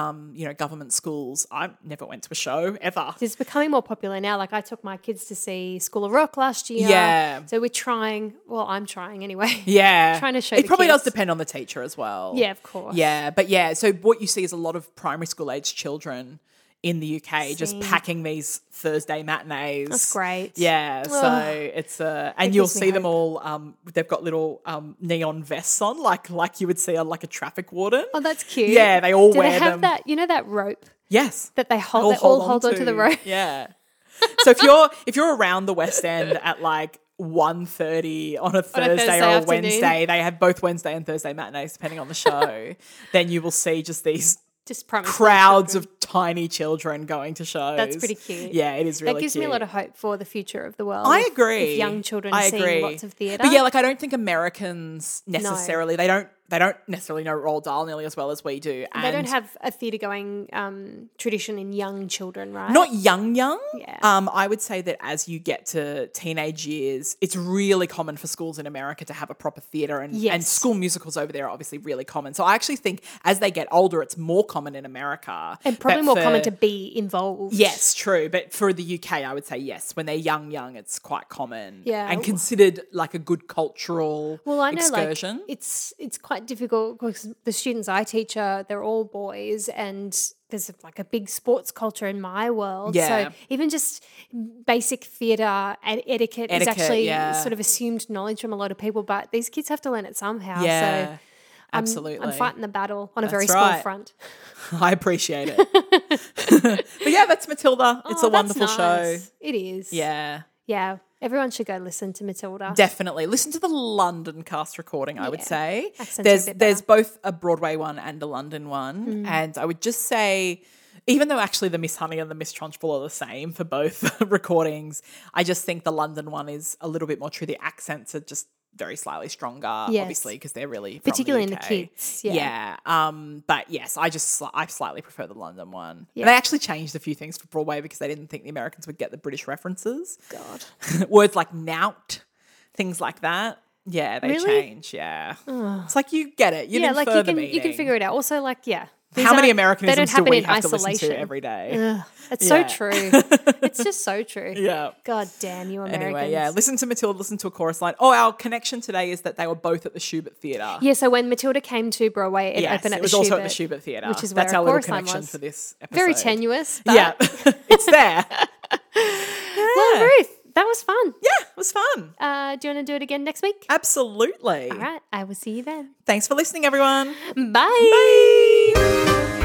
um, you know, government schools, I never went to a show ever.
it's becoming more popular now. Like I took my kids to see School of Rock last year.
Yeah.
So we're trying. Well, I'm trying anyway.
Yeah.
Trying to show
It
the
probably does
kids.
depend on the teacher as well.
Yeah, of course.
Yeah, but yeah, so what you see is a lot of primary school aged children in the UK just
Same.
packing these Thursday matinees.
That's great.
Yeah,
Ugh.
so it's uh, and you'll
gives me
see them all. Um, they've got little um, neon vests on, like like you would see on like a traffic warden.
Oh, that's cute.
Yeah, they all
Do
wear
they have
them.
that? You know that rope
Yes,
that they hold. they all hold onto the rope.
Yeah. So if you're if you're around the West End at like 1.30 on a Thursday,
Thursday
or a
afternoon.
Wednesday, they have both Wednesday and Thursday matinees depending on the show. then you will see just these
Just promise.
crowds of tiny children going to shows.
That's pretty cute.
Yeah, it is really
that gives me a
cute.
lot of hope for the future of the world.
I
if-
agree.
If young children
I
seeing
agree.
lots of theatre.
But yeah, like I don't think Americans necessarily they don't they don't necessarily know Roald Dahl nearly as well as we do. And
they don't have a theatre going um, tradition in young children, right?
not young young.
Yeah.
Um, I would say that as you get to teenage years, it's really common for schools in America to have a proper theater and and
Yes.
school musicals over there are obviously really common. So I actually think as they get older it's more common in America.
and probably
But
more
for-
common to be involved.
Yes, true. But for the UK, I would say yes. When they're young, young, it's quite common.
Yeah.
And considered like a good cultural
Well, I know
excursion.
like it's it's quite difficult because the students I teach are they're all boys and there's like a big sports culture in my world.
Yeah.
So even just basic theatre ed- etiquette, is
Etiquette,
actually
yeah.
sort of assumed knowledge from a lot of people, but these kids have to learn it somehow.
yeah.
So I'm-
absolutely.
I'm fighting the battle on a very
That's
small
right.
front.
I appreciate it. but yeah, that's Matilda. It's
Oh,
a
that's
wonderful show.
nice. It is.
Yeah.
Yeah. Everyone should go listen to Matilda.
Definitely listen to the London cast recording. I would
Yeah.
say
Accents are a
there's
bit Mm.
there's both a Broadway one and a London one, and I would just say, even though actually the Miss Honey and the Miss Trunchbull are the same for both recordings, I just think the London one is a little bit more true. The accents are just very slightly stronger,
Yes.
obviously, because they're really from
Particularly in the
UK.
kids. Yeah.
Yeah, Um, but yes, I just sli- I slightly prefer the London one,
Yeah.
and I actually changed a few things for Broadway because I didn't think the Americans would get the British references
God.
words like nout, things like that. Yeah, they
Really?
change. Yeah, it's like you get it. You
yeah,
didn't
like
further
you can
meaning.
you can figure it out. Also, like yeah, these
How many
aren't- they don't
Americanisms do
happen
we
in
have to listen
isolation.
to every day?
It's
Yeah.
so true. it's just so true.
Yeah.
God damn you, Americans.
Anyway, yeah, listen to Matilda, listen to a chorus line. Oh, our connection today is that they were both at the Schubert Theatre.
Yeah, So when Matilda came to Broadway, it
Yes,
opened at
it was
the
also
Schubert.
at the Schubert Theatre.
which is
That's
where
our
a
little
chorus line
connection
was.
for this episode.
Very tenuous. But
Yeah, it's there.
Well, Ruth, that was fun.
Yeah, it was fun.
Uh, do you want to do it again next week?
Uh, Absolutely.
All right. I will see you then.
Thanks for listening, everyone.
Bye.
Bye.